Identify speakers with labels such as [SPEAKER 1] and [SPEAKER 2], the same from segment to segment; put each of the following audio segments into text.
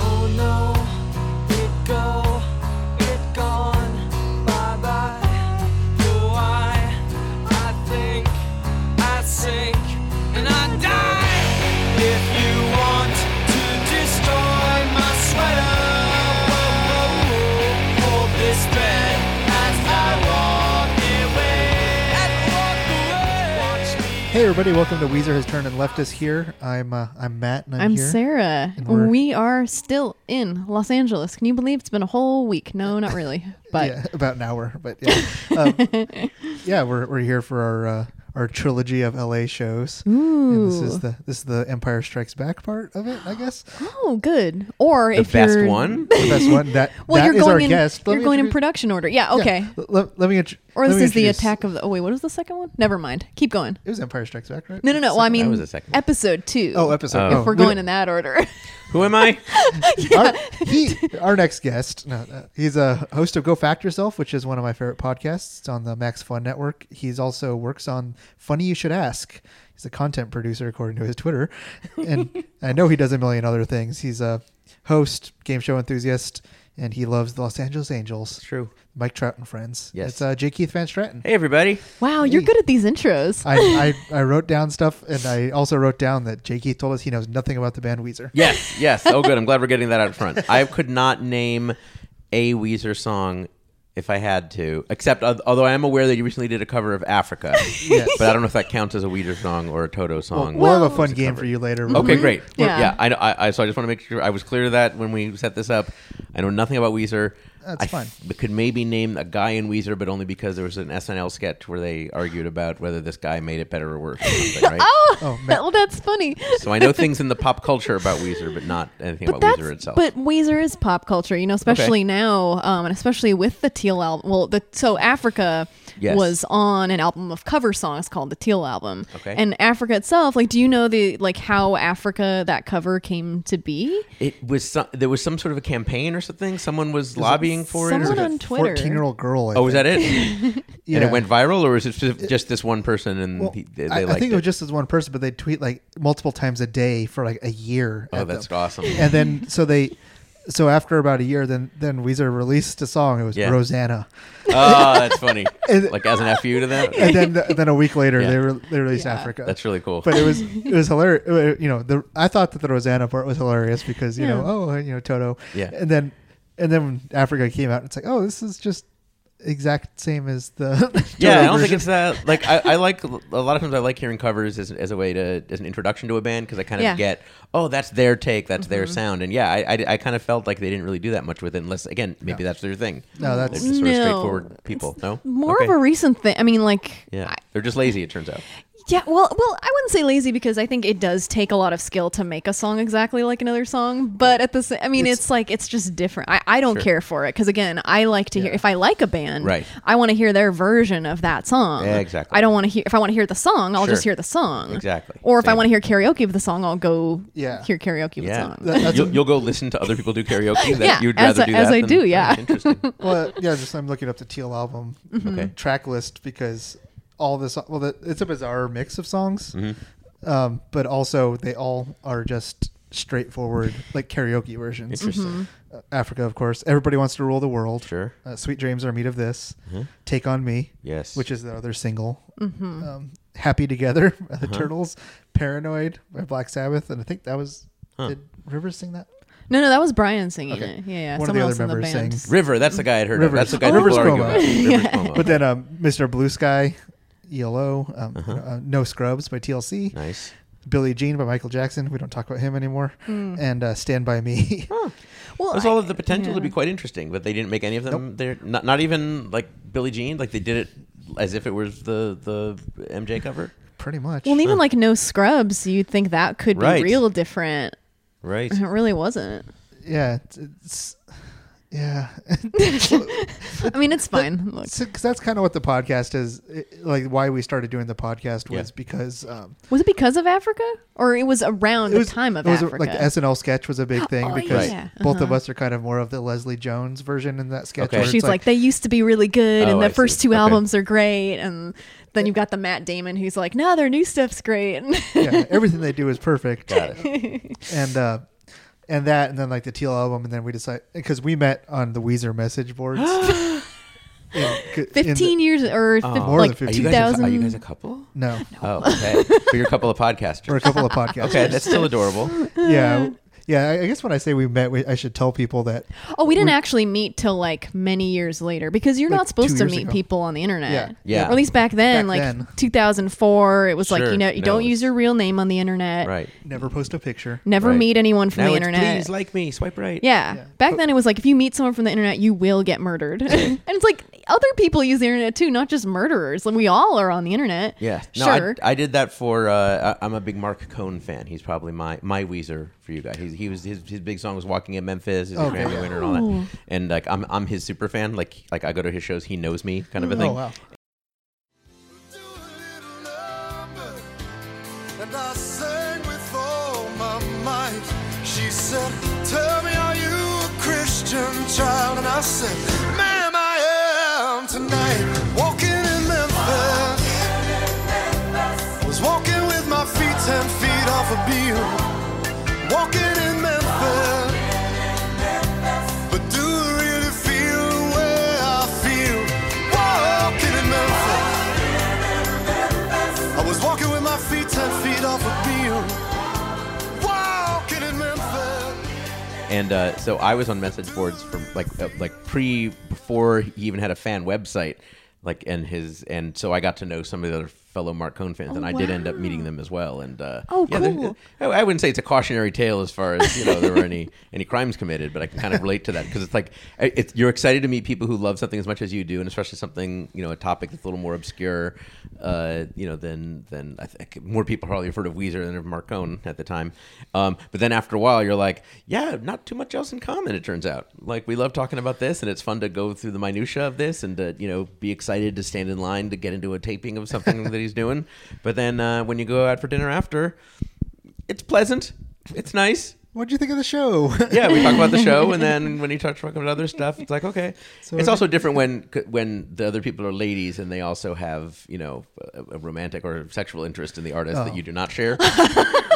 [SPEAKER 1] know Oh, it go, it gone, bye bye. Do I? I think I sink and I die. If you want to destroy my sweater, hold this thread as I walk away. Watch me.
[SPEAKER 2] Hey everybody, welcome to Weezer Has Turned and Left Us here. I'm uh, I'm Matt and I'm,
[SPEAKER 3] I'm
[SPEAKER 2] here.
[SPEAKER 3] Sarah.
[SPEAKER 2] And we're-
[SPEAKER 3] We are still in Los Angeles. Can you believe it's been a whole week? No, not really. But
[SPEAKER 2] Yeah, about an hour, but yeah. um, yeah, we're we're here for our uh, our trilogy of LA shows. And this
[SPEAKER 3] Ooh.
[SPEAKER 2] is the this is the Empire Strikes Back part of it, I guess.
[SPEAKER 3] oh, good. Or
[SPEAKER 4] the
[SPEAKER 3] if
[SPEAKER 4] best
[SPEAKER 3] you're,
[SPEAKER 4] one.
[SPEAKER 2] The best one. That
[SPEAKER 3] Well,
[SPEAKER 2] that
[SPEAKER 3] you're
[SPEAKER 2] is
[SPEAKER 3] going
[SPEAKER 2] our
[SPEAKER 3] in.
[SPEAKER 2] guest. Let
[SPEAKER 3] You're
[SPEAKER 2] me
[SPEAKER 3] going in
[SPEAKER 2] introduce-
[SPEAKER 3] production order. Yeah.
[SPEAKER 2] yeah,
[SPEAKER 3] Okay.
[SPEAKER 2] l- Let, let me int-
[SPEAKER 3] Or
[SPEAKER 2] let
[SPEAKER 3] this
[SPEAKER 2] me
[SPEAKER 3] is the
[SPEAKER 2] introduce-
[SPEAKER 3] attack of the. Oh wait, what was the second one? Never mind. Keep going.
[SPEAKER 2] It was Empire Strikes Back, right?
[SPEAKER 3] No, no, no. Well, I mean,
[SPEAKER 4] was the second one.
[SPEAKER 3] episode two.
[SPEAKER 2] Oh, episode.
[SPEAKER 4] Oh.
[SPEAKER 2] oh,
[SPEAKER 3] If we're
[SPEAKER 2] we
[SPEAKER 3] going
[SPEAKER 2] don't-
[SPEAKER 3] in that order.
[SPEAKER 4] Who am I?
[SPEAKER 2] our, he, our next guest, no, uh, he's a host of Go Fact Yourself, which is one of my favorite podcasts. It's on the Max Fun Network. He's also works on Funny You Should Ask. He's a content producer, according to his Twitter, and I know he does a million other things. He's a host, game show enthusiast, and he loves the Los Angeles Angels.
[SPEAKER 4] True.
[SPEAKER 2] Mike Trout and friends.
[SPEAKER 4] Yes.
[SPEAKER 2] it's uh, J. Keith Van Stratton.
[SPEAKER 4] Hey, everybody.
[SPEAKER 3] wow, you're good at these intros.
[SPEAKER 2] I, I, I wrote down stuff, and I also wrote down that J. Keith told us he knows nothing about the band Weezer.
[SPEAKER 4] Yes, yes. Oh, good. I'm glad we're getting that out front. I could not name a Weezer song if I had to, except although I am aware that you recently did a cover of Africa,
[SPEAKER 2] Yes.
[SPEAKER 4] but I don't know if that counts as a Weezer song or a Toto song.
[SPEAKER 2] We'll have a
[SPEAKER 3] Well-
[SPEAKER 2] fun game for you later.
[SPEAKER 4] Okay, great.
[SPEAKER 3] Yeah.
[SPEAKER 4] Yeah, I, know- I, I so I just want to make sure I was clear to that when we set this up. I know nothing about Weezer.
[SPEAKER 2] That's
[SPEAKER 4] I
[SPEAKER 2] fine.
[SPEAKER 4] f- could maybe name a guy in Weezer, but only because there was an SNL sketch where they argued about whether this guy made it better or worse. Or something, right?
[SPEAKER 3] Oh,
[SPEAKER 2] Oh, man.
[SPEAKER 3] well, that's funny.
[SPEAKER 4] So I know things in the pop culture about Weezer, but not anything
[SPEAKER 3] But
[SPEAKER 4] about
[SPEAKER 3] that's
[SPEAKER 4] Weezer itself.
[SPEAKER 3] but Weezer is pop culture, you know, especially now, um, and especially with the Teal album. Well, the so Africa
[SPEAKER 4] Yes.
[SPEAKER 3] was on an album of cover songs called the Teal album.
[SPEAKER 4] Okay.
[SPEAKER 3] And Africa itself, like, do you know the like how Africa that cover came to be?
[SPEAKER 4] it was some, there was some sort of a campaign or something. Someone was lobbying for it. Or
[SPEAKER 3] someone
[SPEAKER 4] was it-
[SPEAKER 3] on Twitter.
[SPEAKER 2] Fourteen-year-old girl. I
[SPEAKER 4] oh, was
[SPEAKER 2] think.
[SPEAKER 4] that it? and
[SPEAKER 2] Yeah.
[SPEAKER 4] it went viral, or is it just- just this one person and
[SPEAKER 2] Well,
[SPEAKER 4] he, they, they
[SPEAKER 2] I, I
[SPEAKER 4] liked
[SPEAKER 2] think it
[SPEAKER 4] it?
[SPEAKER 2] was just as one person, but they tweet like multiple times a day for like a year.
[SPEAKER 4] oh,
[SPEAKER 2] at
[SPEAKER 4] that's
[SPEAKER 2] them.
[SPEAKER 4] awesome.
[SPEAKER 2] And then so they, so after about a year, then then Weezer released a song. It was
[SPEAKER 4] Yeah.
[SPEAKER 2] Rosanna,
[SPEAKER 4] oh, that's funny.
[SPEAKER 2] And-
[SPEAKER 4] like as an fu to that.
[SPEAKER 2] and then then a week later they
[SPEAKER 4] Yeah.
[SPEAKER 2] re- they released Africa.
[SPEAKER 4] That's really cool.
[SPEAKER 2] But it was it was hilarious. You know, the I thought that the Rosanna part was hilarious because you know oh you know Toto.
[SPEAKER 4] Yeah.
[SPEAKER 2] And then and then when Africa came out, it's like oh this is just exact same as the
[SPEAKER 4] yeah,
[SPEAKER 2] Toto
[SPEAKER 4] I don't think
[SPEAKER 2] version.
[SPEAKER 4] it's that. Like, I, I like a lot of times I like hearing covers as, as a way to as an introduction to a band because I kind of
[SPEAKER 3] Yeah. Mm-hmm.
[SPEAKER 4] get, oh, that's their take, that's their sound, and yeah, I, I, I kind of felt like they didn't really do that much with it, unless again maybe that's their thing.
[SPEAKER 2] No, that's-
[SPEAKER 4] they're just sort of
[SPEAKER 3] No.
[SPEAKER 4] straightforward people. no,
[SPEAKER 3] More
[SPEAKER 4] Okay.
[SPEAKER 3] of a recent thing. I mean, like,
[SPEAKER 4] yeah, they're just lazy. It turns out.
[SPEAKER 3] Yeah, well, well, I wouldn't say lazy because I think it does take a lot of skill to make a song exactly like another song. But at the same, I mean, it's, like it's just different. I, I don't care for it because again, I like to hear if I like a band,
[SPEAKER 4] Right.
[SPEAKER 3] I want to hear their version of that song.
[SPEAKER 4] Yeah, exactly.
[SPEAKER 3] I don't want to hear if I want to hear the song, I'll just
[SPEAKER 4] Sure.
[SPEAKER 3] hear the song.
[SPEAKER 4] Exactly.
[SPEAKER 3] Or if I
[SPEAKER 4] Same.
[SPEAKER 3] want to hear karaoke of the song, I'll go
[SPEAKER 2] Yeah.
[SPEAKER 3] hear karaoke of
[SPEAKER 4] Yeah,
[SPEAKER 3] the song.
[SPEAKER 2] that's
[SPEAKER 4] you'll, you'll go listen to other people do karaoke. That
[SPEAKER 3] Yeah,
[SPEAKER 4] you'd
[SPEAKER 3] as
[SPEAKER 4] rather
[SPEAKER 3] I-
[SPEAKER 4] do
[SPEAKER 3] as
[SPEAKER 4] that
[SPEAKER 3] I
[SPEAKER 4] than-
[SPEAKER 3] do, yeah.
[SPEAKER 4] Oh, interesting.
[SPEAKER 2] well, yeah, just I'm looking up the Teal album
[SPEAKER 4] Mm-hmm. Okay.
[SPEAKER 2] track list because all this, well, the, it's a bizarre mix of songs,
[SPEAKER 4] Mm-hmm.
[SPEAKER 2] um, but also they all are just straightforward like karaoke versions.
[SPEAKER 4] Interesting.
[SPEAKER 2] Uh, Africa, of course. Everybody wants to rule the world.
[SPEAKER 4] Sure. Mm-hmm.
[SPEAKER 2] Uh, Sweet dreams are made of this. Take on me.
[SPEAKER 4] Yes.
[SPEAKER 2] Which is the other single. Um, Happy together by
[SPEAKER 4] Uh-huh.
[SPEAKER 2] the Turtles. Paranoid by Black Sabbath, and I think that was did Rivers sing that?
[SPEAKER 3] No, no, that was Brian singing
[SPEAKER 2] Okay.
[SPEAKER 3] it. Yeah, yeah,
[SPEAKER 2] One of the
[SPEAKER 3] someone
[SPEAKER 2] other
[SPEAKER 3] else in the
[SPEAKER 2] members
[SPEAKER 3] band.
[SPEAKER 2] sings.
[SPEAKER 4] River, that's the guy I'd heard
[SPEAKER 2] Rivers.
[SPEAKER 4] of. That's the guy
[SPEAKER 2] Oh,
[SPEAKER 4] people
[SPEAKER 2] Rivers Cuomo.
[SPEAKER 4] argue about. Rivers Cuomo.
[SPEAKER 2] But then um, Mr. Blue Sky, Yellow, um, uh No Scrubs by TLC,
[SPEAKER 4] Uh-huh. nice.
[SPEAKER 2] Billie Jean by Michael Jackson. We don't talk about him anymore.
[SPEAKER 3] Hmm.
[SPEAKER 2] And uh, Stand By Me.
[SPEAKER 3] Well,
[SPEAKER 4] There's
[SPEAKER 3] I-
[SPEAKER 4] all of the potential to
[SPEAKER 3] yeah.
[SPEAKER 4] be quite interesting, but they didn't make any of them. They're not, not even like Billie Jean. Like they did it as if it was the the MJ cover.
[SPEAKER 2] Pretty much.
[SPEAKER 3] Well, and even like no scrubs, you'd think that could
[SPEAKER 4] Right.
[SPEAKER 3] be real different.
[SPEAKER 4] Right.
[SPEAKER 3] It really wasn't.
[SPEAKER 2] yeah. It's, it's, yeah.
[SPEAKER 3] I mean, it's fine. Look.
[SPEAKER 2] Because that's kind of what the podcast is. it- like why we started doing the podcast was
[SPEAKER 4] Yeah.
[SPEAKER 2] because um,
[SPEAKER 3] Was it because of Africa, or it was around
[SPEAKER 2] it was
[SPEAKER 3] the time of
[SPEAKER 2] it was, uh,
[SPEAKER 3] Africa?
[SPEAKER 2] Like the SNL sketch was a big thing
[SPEAKER 3] Oh,
[SPEAKER 2] because
[SPEAKER 3] yeah. Right.
[SPEAKER 2] both of us are kind of more of the Leslie Jones version in that sketch.
[SPEAKER 4] Okay.
[SPEAKER 2] where it's
[SPEAKER 3] She's like, they used to be really good,
[SPEAKER 4] Oh,
[SPEAKER 3] and the
[SPEAKER 4] I
[SPEAKER 3] first
[SPEAKER 4] see.
[SPEAKER 3] two
[SPEAKER 4] Okay.
[SPEAKER 3] albums are great, and then you've got the Matt Damon who's like, no, their new stuff's great.
[SPEAKER 2] yeah, everything they do is perfect.
[SPEAKER 4] Got it.
[SPEAKER 2] and uh, and that, and then like the Teal album, and then we decide because we met on the Weezer message boards. In- in the-
[SPEAKER 3] 15 years or fif-
[SPEAKER 2] Uh, More
[SPEAKER 3] like
[SPEAKER 2] than
[SPEAKER 4] Are
[SPEAKER 2] 15.
[SPEAKER 4] you,
[SPEAKER 3] 2000.
[SPEAKER 4] guys a, are you guys a couple?
[SPEAKER 2] no,
[SPEAKER 4] Oh, okay. so you're a couple of podcasters.
[SPEAKER 2] we're a couple of podcasts.
[SPEAKER 4] okay, that's still adorable.
[SPEAKER 2] yeah, yeah. I, I guess when I say we met, we, I should tell people that.
[SPEAKER 3] oh, we didn't actually meet till like many years later because you're
[SPEAKER 2] Like,
[SPEAKER 3] not supposed
[SPEAKER 2] two
[SPEAKER 3] to
[SPEAKER 2] years
[SPEAKER 3] meet
[SPEAKER 2] ago.
[SPEAKER 3] people on the internet.
[SPEAKER 2] Yeah.
[SPEAKER 4] Yeah.
[SPEAKER 3] Or at least back then,
[SPEAKER 2] Back
[SPEAKER 3] like
[SPEAKER 2] then.
[SPEAKER 3] 2004, it was like
[SPEAKER 4] Sure,
[SPEAKER 3] you know you
[SPEAKER 4] no,
[SPEAKER 3] don't
[SPEAKER 4] it's-
[SPEAKER 3] use your real name on the internet.
[SPEAKER 4] Right.
[SPEAKER 2] Never post a picture.
[SPEAKER 3] Never
[SPEAKER 4] Right.
[SPEAKER 3] meet anyone from
[SPEAKER 4] now
[SPEAKER 3] the
[SPEAKER 4] it's
[SPEAKER 3] internet.
[SPEAKER 4] please like me, swipe right.
[SPEAKER 3] Yeah.
[SPEAKER 2] Yeah.
[SPEAKER 3] Back then, it was like if you meet someone from the internet, you will get murdered. and it's like other people use the internet too, not just murderers. Like we all are on the internet.
[SPEAKER 4] Yeah. No,
[SPEAKER 3] Sure.
[SPEAKER 4] I, I did that for. Uh, I, I'm a big Mark Cohn fan. He's probably my my Weezer for you guys. He's, he was his, his big song was "Walking in Memphis." He's a
[SPEAKER 2] Okay.
[SPEAKER 4] Grammy winner and all that. And like I'm I'm his super fan. Like like I go to his shows. He knows me, kind
[SPEAKER 3] Mm-hmm.
[SPEAKER 4] of a thing.
[SPEAKER 2] Oh wow.
[SPEAKER 1] Do a little number, and I sang with all my might. She said, Tell me, are you a Christian child? And I said, Ma'am, I am tonight. Walking in Memphis. Was walking with my feet ten feet off a beam. Walking in Memphis. But do I really feel the way I feel? Walking in Memphis. I was walking with my feet ten feet off a beam. Walking in Memphis.
[SPEAKER 4] And uh, so I was on message boards from like uh, like pre before he even had a fan website, like and his and so I got to know some of the other fellow Mark Cohn fans, and I did end up meeting them as well. And uh,
[SPEAKER 3] Oh,
[SPEAKER 4] there-
[SPEAKER 3] cool.
[SPEAKER 4] I I wouldn't say it's a cautionary tale as far as you know there were any any crimes committed, but I can kind of relate to that because it's like I- it's, you're excited to meet people who love something as much as you do, and especially something you know a topic that's a little more obscure, uh, you know, than than I think more people probably have heard of Weezer than of Marcone at the time. Um, but then after a while, you're like, yeah, not too much else in common. It turns out, like we love talking about this, and it's fun to go through the minutia of this, and to you know be excited to stand in line to get into a taping of something that he's doing. But then uh, when you go out for dinner after it's pleasant. It's nice.
[SPEAKER 2] What do you think of the show?
[SPEAKER 4] Yeah, we talk about the show, and then when you talk talk about other stuff, it's like okay.
[SPEAKER 2] So
[SPEAKER 4] it's
[SPEAKER 2] okay.
[SPEAKER 4] also different when when the other people are ladies and they also have you know a, a romantic or sexual interest in the artist that
[SPEAKER 2] Oh.
[SPEAKER 4] you do not share.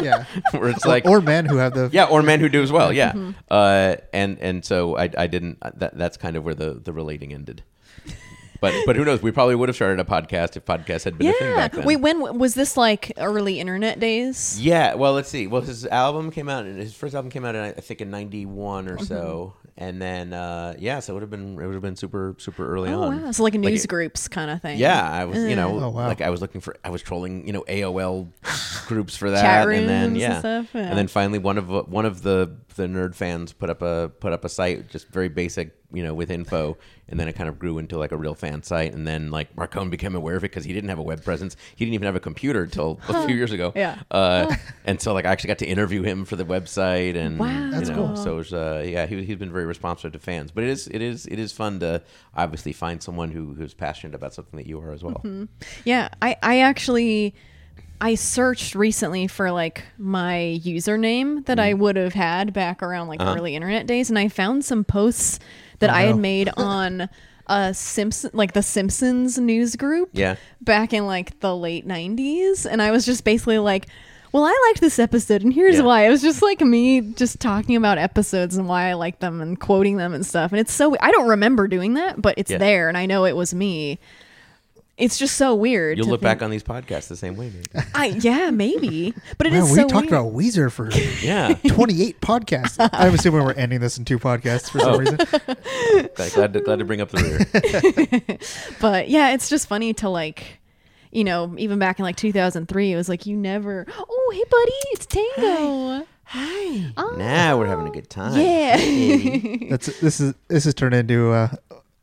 [SPEAKER 2] yeah.
[SPEAKER 4] Where it's like
[SPEAKER 2] or Mm-hmm. men who have the
[SPEAKER 4] yeah, or men who do as well. Yeah, uh, and and so I I didn't. uh, That, that's kind of where the the relating ended. But but who knows? We probably would have started a podcast if podcasts had been a thing
[SPEAKER 3] yeah.
[SPEAKER 4] back then.
[SPEAKER 3] Wait, when was this like early internet days?
[SPEAKER 4] Yeah, well, let's see. Well, his album came out, his first album came out, in, I think, in '91
[SPEAKER 3] Mm-hmm.
[SPEAKER 4] or so, and then uh, yeah, so it would have been it would have been super super early
[SPEAKER 3] Oh,
[SPEAKER 4] on.
[SPEAKER 3] wow. So like news
[SPEAKER 4] it-
[SPEAKER 3] groups kind of thing.
[SPEAKER 4] Yeah, I was you know
[SPEAKER 2] Oh, wow.
[SPEAKER 4] like I was looking for I was trolling you know AOL groups for that,
[SPEAKER 3] Chat
[SPEAKER 4] and then
[SPEAKER 3] rooms and
[SPEAKER 4] yeah.
[SPEAKER 3] stuff, yeah.
[SPEAKER 4] and then finally one of one of the the nerd fans put up a put up a site just very basic you know with info, and then it kind of grew into like a real fan site, and then like Marcone became aware of it because he didn't have a web presence, he didn't even have a computer until a few years ago,
[SPEAKER 3] Yeah.
[SPEAKER 4] uh, and so like I actually got to interview him for the website, and
[SPEAKER 3] Wow. Mm-hmm. That's
[SPEAKER 4] you know,
[SPEAKER 3] cool.
[SPEAKER 4] so it was, uh, yeah, he, he's been very responsive to fans. But it is it is it is fun to obviously find someone who who's passionate about something that you are as well.
[SPEAKER 3] Mm-hmm. Yeah, I, I actually I searched recently for like my username that
[SPEAKER 4] Mm.
[SPEAKER 3] I would have had back around like
[SPEAKER 4] Uh-huh.
[SPEAKER 3] early internet days, and I found some posts that
[SPEAKER 4] Oh,
[SPEAKER 3] I had
[SPEAKER 2] no.
[SPEAKER 3] made on a Simpson like the Simpsons news group.
[SPEAKER 4] Yeah.
[SPEAKER 3] Back in like the late nineties. And I was just basically like well, I liked this episode, and here's
[SPEAKER 4] Yeah.
[SPEAKER 3] why. It was just like me just talking about episodes and why I like them and quoting them and stuff. And it's so I don't remember doing that, but it's
[SPEAKER 4] Yeah.
[SPEAKER 3] there, and I know it was me. It's just so weird.
[SPEAKER 4] You'll
[SPEAKER 3] to
[SPEAKER 4] look
[SPEAKER 3] think-
[SPEAKER 4] back on these podcasts the same way, maybe.
[SPEAKER 3] I yeah, maybe. But it is
[SPEAKER 2] Wow, we
[SPEAKER 3] so
[SPEAKER 2] talked
[SPEAKER 3] weird.
[SPEAKER 2] about Weezer for
[SPEAKER 4] Yeah,
[SPEAKER 2] 28 podcasts. I'm assuming we're ending this in two podcasts for some
[SPEAKER 4] Oh.
[SPEAKER 2] reason.
[SPEAKER 4] Glad- glad to, glad to bring up the rear.
[SPEAKER 3] But yeah, it's just funny to like you know, even back in like 2003, it was like you never. Oh, hey, buddy, it's Tango.
[SPEAKER 4] Hi. Now we're having a good time.
[SPEAKER 3] Oh. Yeah.
[SPEAKER 2] That's this is this has turned into uh,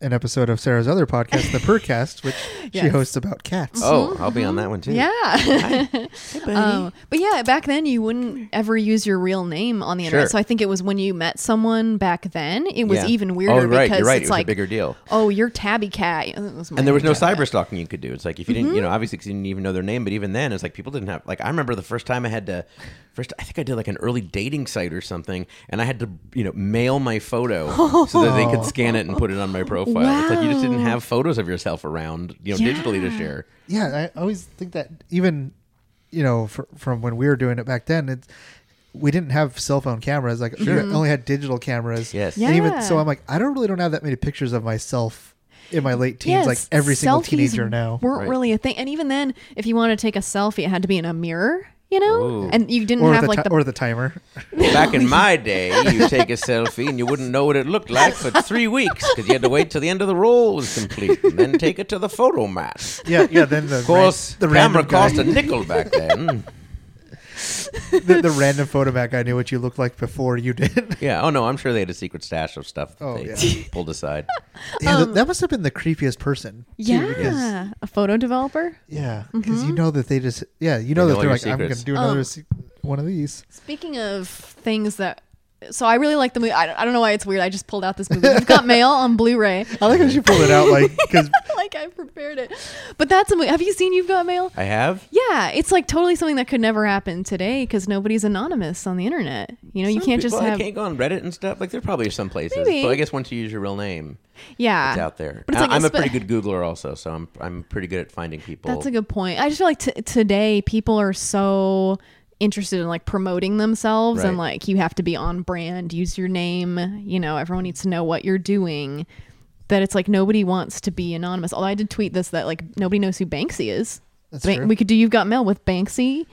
[SPEAKER 2] an episode of Sarah's other podcast, the Percast, which she
[SPEAKER 3] Yes.
[SPEAKER 2] hosts about cats.
[SPEAKER 4] Oh, I'll be on that one too.
[SPEAKER 3] yeah.
[SPEAKER 4] Hey, buddy.
[SPEAKER 3] Um, but yeah, back then you wouldn't ever use your real name on the internet.
[SPEAKER 4] Sure.
[SPEAKER 3] So I think it was when you met someone back then, it was
[SPEAKER 4] Yeah.
[SPEAKER 3] even weirder
[SPEAKER 4] Oh, right.
[SPEAKER 3] because
[SPEAKER 4] You're right.
[SPEAKER 3] it's
[SPEAKER 4] it was
[SPEAKER 3] like,
[SPEAKER 4] a bigger deal.
[SPEAKER 3] oh, you're Tabby Cat. It was my
[SPEAKER 4] And there was no
[SPEAKER 3] name, Tabby Cat.
[SPEAKER 4] cyber stalking you could do. It's like if you didn't,
[SPEAKER 2] Mm-hmm.
[SPEAKER 4] you know, obviously 'cause you didn't even know their name, but even then, it's like people didn't have. Like I remember the first time I had to, first I think I did like an early dating site or something, and I had to, you know, mail my photo so that they could scan it and put it on my profile. It's like you just
[SPEAKER 3] Wow.
[SPEAKER 4] didn't have photos of yourself around, you know, digitally to
[SPEAKER 3] Yeah.
[SPEAKER 4] share.
[SPEAKER 2] Yeah, I always think that even you know fr- from when we were doing it back then, it's we didn't have cell phone cameras. Like we only had digital cameras.
[SPEAKER 4] Yes.
[SPEAKER 2] And even so,
[SPEAKER 3] Yeah.
[SPEAKER 2] I'm like, I don't really don't have that many pictures of myself in my late teens. like
[SPEAKER 3] Yes,
[SPEAKER 2] every single
[SPEAKER 3] selfies
[SPEAKER 2] teenager now.
[SPEAKER 3] weren't
[SPEAKER 4] Right.
[SPEAKER 3] really a thing. And even then, if you wanted to take a selfie, it had to be in a mirror, you know,
[SPEAKER 4] Ooh.
[SPEAKER 3] and you didn't
[SPEAKER 2] Or
[SPEAKER 3] have
[SPEAKER 2] the,
[SPEAKER 3] like
[SPEAKER 2] ti-
[SPEAKER 3] the
[SPEAKER 2] or the timer.
[SPEAKER 4] Back in my day, you take a selfie and you wouldn't know what it looked like for three weeks because you had to wait till the end of the roll was complete and then take it to the photo mat.
[SPEAKER 2] yeah, yeah. Then the
[SPEAKER 4] Of course,
[SPEAKER 2] ran- the
[SPEAKER 4] camera
[SPEAKER 2] random guy,
[SPEAKER 4] cost a nickel back then.
[SPEAKER 2] the, the random photomat guy knew what you looked like before you
[SPEAKER 3] Um,
[SPEAKER 2] did.
[SPEAKER 4] Yeah. Oh no, I'm sure they had a secret stash of stuff that
[SPEAKER 2] Oh,
[SPEAKER 4] they
[SPEAKER 2] yeah.
[SPEAKER 4] pulled aside.
[SPEAKER 2] yeah, th- that must have been the creepiest person. too,
[SPEAKER 3] yeah, Mm-hmm.
[SPEAKER 2] because-
[SPEAKER 3] a photo developer.
[SPEAKER 2] yeah, because you know that they just yeah, you know that
[SPEAKER 4] They know all
[SPEAKER 2] they're
[SPEAKER 4] your
[SPEAKER 2] like, I'm gonna
[SPEAKER 4] secrets.
[SPEAKER 2] do another
[SPEAKER 3] Um,
[SPEAKER 2] se- one of these.
[SPEAKER 3] Speaking of things that. So I really like the movie. I don't, I don't know why it's weird. I just pulled out this movie. We've got mail on Blu-ray.
[SPEAKER 2] I like how she pulled it out like because
[SPEAKER 3] like I prepared it. But that's a movie. Have you seen You've Got Mail?
[SPEAKER 4] I have.
[SPEAKER 3] Yeah, it's like totally something that could never happen today because nobody's anonymous on the internet. You know, you
[SPEAKER 4] Some
[SPEAKER 3] can't just
[SPEAKER 4] people, I
[SPEAKER 3] have.
[SPEAKER 4] can't go on Reddit and stuff. Like there probably are some places,
[SPEAKER 3] Maybe.
[SPEAKER 4] but I guess once you use your real name,
[SPEAKER 3] yeah,
[SPEAKER 4] it's out there.
[SPEAKER 3] But it's like
[SPEAKER 4] I- I'm a
[SPEAKER 3] spe-
[SPEAKER 4] pretty good Googler also, so I'm I'm pretty good at finding people.
[SPEAKER 3] That's a good point. I just feel like t- today people are so interested in like promoting themselves and
[SPEAKER 4] Right.
[SPEAKER 3] like you have to be on brand, use your name, you know, everyone needs to know what you're doing. That it's like nobody wants to be anonymous. Although I did tweet this that like nobody knows who Banksy is.
[SPEAKER 2] That's
[SPEAKER 3] Ban-
[SPEAKER 2] true.
[SPEAKER 3] We could do You've Got Mail with Banksy.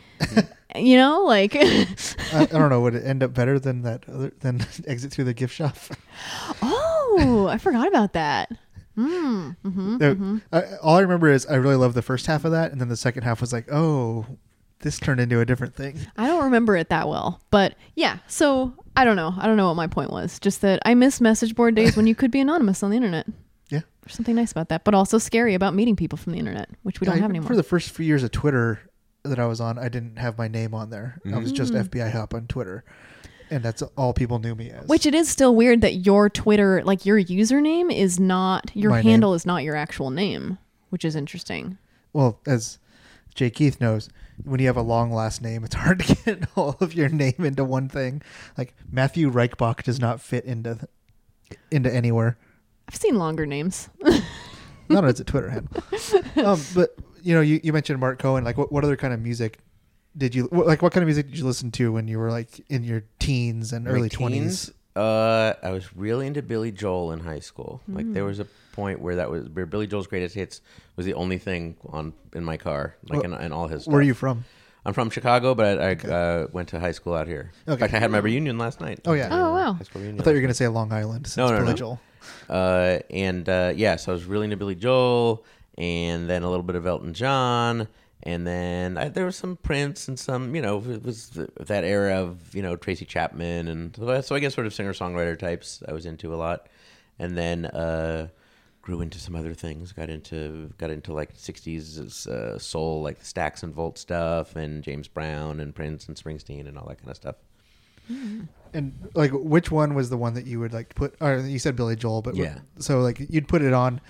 [SPEAKER 3] you know, like
[SPEAKER 2] I, I don't know would it end up better than that other than exit through the gift shop.
[SPEAKER 3] oh, I forgot about that. Hmm.
[SPEAKER 2] There-
[SPEAKER 3] Mm-hmm.
[SPEAKER 2] I, all I remember is I really loved the first half of that, and then the second half was like, oh, this turned into a different thing.
[SPEAKER 3] I don't remember it that well, but yeah. So I don't know. I don't know what my point was. Just that I miss message board days when you could be anonymous on the internet.
[SPEAKER 2] Yeah,
[SPEAKER 3] There's something nice about that, but also scary about meeting people from the internet, which we don't
[SPEAKER 2] I-
[SPEAKER 3] have anymore.
[SPEAKER 2] For the first few years of Twitter that I was on, I didn't have my name on there. I was
[SPEAKER 3] Mm.
[SPEAKER 2] just FBI Hop on Twitter, and that's all people knew me as.
[SPEAKER 3] which it is still weird that your Twitter, like your username, is not your
[SPEAKER 2] My name.
[SPEAKER 3] handle is not your actual name, which is interesting.
[SPEAKER 2] well, as Jay Keith knows, when you have a long last name, it's hard to get all of your name into one thing. Like Matthew Reichbach does not fit into th- into anywhere.
[SPEAKER 3] I've seen longer names.
[SPEAKER 2] Not as a Twitter handle. Um, but you know, you, you mentioned Mark Cohen. Like, what, what other kind of music did you wh- like? What kind of music did you listen to when you were like in your teens and
[SPEAKER 4] My
[SPEAKER 2] early
[SPEAKER 4] teens,
[SPEAKER 2] twenties?
[SPEAKER 4] Uh, I was really into Billy Joel in high school.
[SPEAKER 3] Hmm.
[SPEAKER 4] Like there was a point where that was where Billy Joel's greatest hits was the only thing on in my car, like in, in all his. Stuff.
[SPEAKER 2] Where are you from?
[SPEAKER 4] I'm from Chicago, but I, I uh, went to high school out here. In
[SPEAKER 2] Okay.
[SPEAKER 4] fact, I had my reunion last night.
[SPEAKER 2] Oh, yeah.
[SPEAKER 3] Oh, wow.
[SPEAKER 4] High school reunion.
[SPEAKER 2] I thought you were going to say Long Island. Since
[SPEAKER 4] No, no,
[SPEAKER 2] Billy
[SPEAKER 4] no.
[SPEAKER 2] Joel.
[SPEAKER 4] Uh, and uh, yeah, so I was really into Billy Joel, and then a little bit of Elton John, and then I, there was some Prince and some, you know, it was th- that era of you know Tracy Chapman, and so I- so I guess sort of singer songwriter types I was into a lot, and then uh, grew into some other things. Got into got into like '60s uh, soul, like the Stax and Volt stuff, and James Brown and Prince and Springsteen and all that kind of stuff.
[SPEAKER 2] And like, which one was the one that you would like put? Or you said Billy Joel, but
[SPEAKER 4] Yeah.
[SPEAKER 2] wh- so like you'd put it on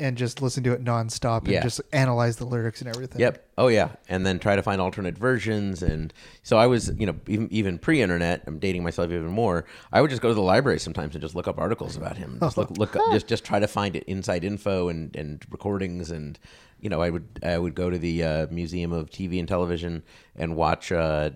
[SPEAKER 2] and just listen to it nonstop and
[SPEAKER 4] Yeah.
[SPEAKER 2] just analyze the lyrics and everything.
[SPEAKER 4] Yep. Oh yeah. And then try to find alternate versions. And so I was, you know, even, even pre-internet, I'm dating myself even more. I would just go to the library sometimes and just look up articles about him. Just look, look, just just try to find it inside info and and recordings and. You know, I would I would go to the uh, Museum of TV and Television and watch, uh,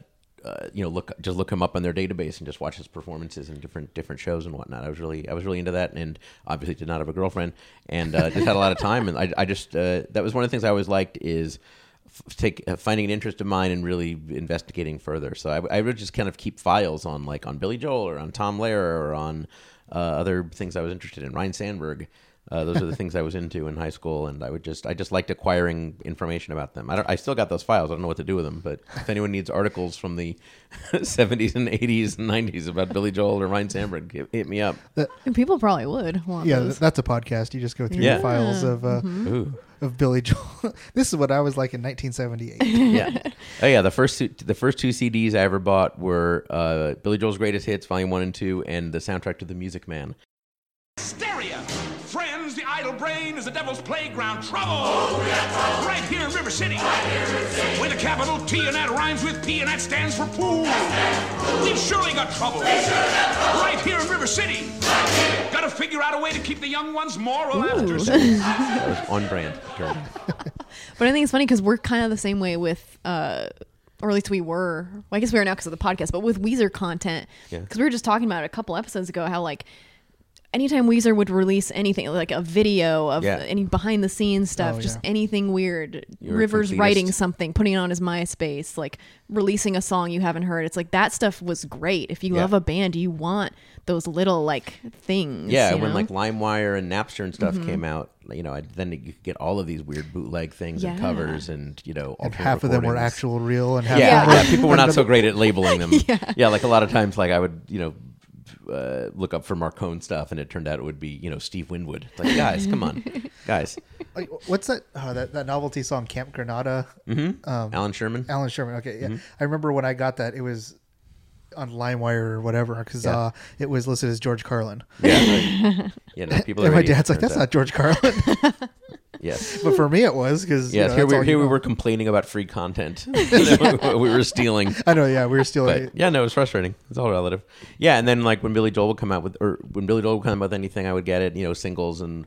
[SPEAKER 4] uh, you know, look just look him up on their database and just watch his performances in different different shows and whatnot. I was really I was really into that, and obviously did not have a girlfriend, and uh, just had a lot of time. And I, I just uh, that was one of the things I always liked is f- take uh, finding an interest of mine and really investigating further. So I, I would just kind of keep files on like on Billy Joel or on Tom Lehrer or on uh, other things I was interested in. Ryan Sandberg. Uh, those are the things I was into in high school, and I would just I just liked acquiring information about them. I don't I still got those files. I don't know what to do with them, but if anyone needs articles from the 70s and 80s and 90s about Billy Joel or Ryan Sandberg, hit, hit me up.
[SPEAKER 3] And people probably would want
[SPEAKER 2] Yeah, th-
[SPEAKER 3] those.
[SPEAKER 2] that's a podcast. You just go through
[SPEAKER 4] Yeah.
[SPEAKER 2] the files of uh,
[SPEAKER 4] Ooh.
[SPEAKER 2] of Billy Joel. this is what I was like in 1978.
[SPEAKER 4] yeah. Oh yeah. The first two, the first two CDs I ever bought were uh, Billy Joel's Greatest Hits, Volume One and Two, and the soundtrack to The Music Man.
[SPEAKER 5] Hysteria! Friends, the idle brain is the devil's playground. Trouble! Right here in River City. With a capital T and that rhymes with P and that stands for pool. We've surely got trouble. Right here in River City. Gotta figure out a way to keep the young ones moral after sex.
[SPEAKER 4] That was on brand. Term.
[SPEAKER 3] But I think it's funny because we're kind of the same way with uh, or at least we were. Well, I guess we are now because of the podcast, but with Weezer content,
[SPEAKER 4] Yeah.
[SPEAKER 3] because we were just talking about it a couple episodes ago how like anytime Weezer would release anything like a video of
[SPEAKER 4] Yeah.
[SPEAKER 3] any behind the scenes stuff,
[SPEAKER 2] Oh,
[SPEAKER 3] just
[SPEAKER 2] yeah.
[SPEAKER 3] anything weird,
[SPEAKER 4] You're a
[SPEAKER 3] Rivers
[SPEAKER 4] completist.
[SPEAKER 3] writing something, putting it on his MySpace, like releasing a song you haven't heard. It's like that stuff was great. If you
[SPEAKER 4] Yeah.
[SPEAKER 3] love a band, you want those little like things.
[SPEAKER 4] Yeah,
[SPEAKER 3] you
[SPEAKER 4] when
[SPEAKER 3] know? Mm-hmm.
[SPEAKER 4] like LimeWire and Napster and stuff came out, you know, I, then you could get all of these weird bootleg things and
[SPEAKER 3] Yeah.
[SPEAKER 4] covers and you know,
[SPEAKER 2] And
[SPEAKER 4] alternate
[SPEAKER 2] half of them were
[SPEAKER 4] recordings.
[SPEAKER 2] actual real, and half
[SPEAKER 4] Yeah,
[SPEAKER 2] of them
[SPEAKER 4] yeah,
[SPEAKER 2] were
[SPEAKER 4] people were not so great at labeling them. yeah. like a lot of times, like I would, you know, uh, look up for Marcone stuff, and it turned out it would be, you know, Steve Winwood. Like, guys, come on, guys,
[SPEAKER 2] Like, what's that? Oh, that that novelty song, Camp Granada.
[SPEAKER 4] Mm-hmm. Alan Sherman.
[SPEAKER 2] Um, Alan Sherman. Okay, yeah.
[SPEAKER 4] Mm-hmm.
[SPEAKER 2] I remember when I got that, it was on LimeWire or whatever because
[SPEAKER 4] Yeah.
[SPEAKER 2] uh, it was listed as George Carlin.
[SPEAKER 4] Yeah, right. you know, people. Are
[SPEAKER 2] and my
[SPEAKER 4] idiots,
[SPEAKER 2] dad's like,
[SPEAKER 4] turns
[SPEAKER 2] "That's
[SPEAKER 4] out."
[SPEAKER 2] not George Carlin,"
[SPEAKER 4] Yes.
[SPEAKER 2] but for me it was because
[SPEAKER 4] Yes, here, we, here we were complaining about free content. we were stealing.
[SPEAKER 2] I know, yeah, we were still.
[SPEAKER 4] But yeah, no, it was frustrating. It's all relative. Yeah, and then like when Billy Joel would come out with, or when Billy Joel would come out with anything, I would get it, you know, singles and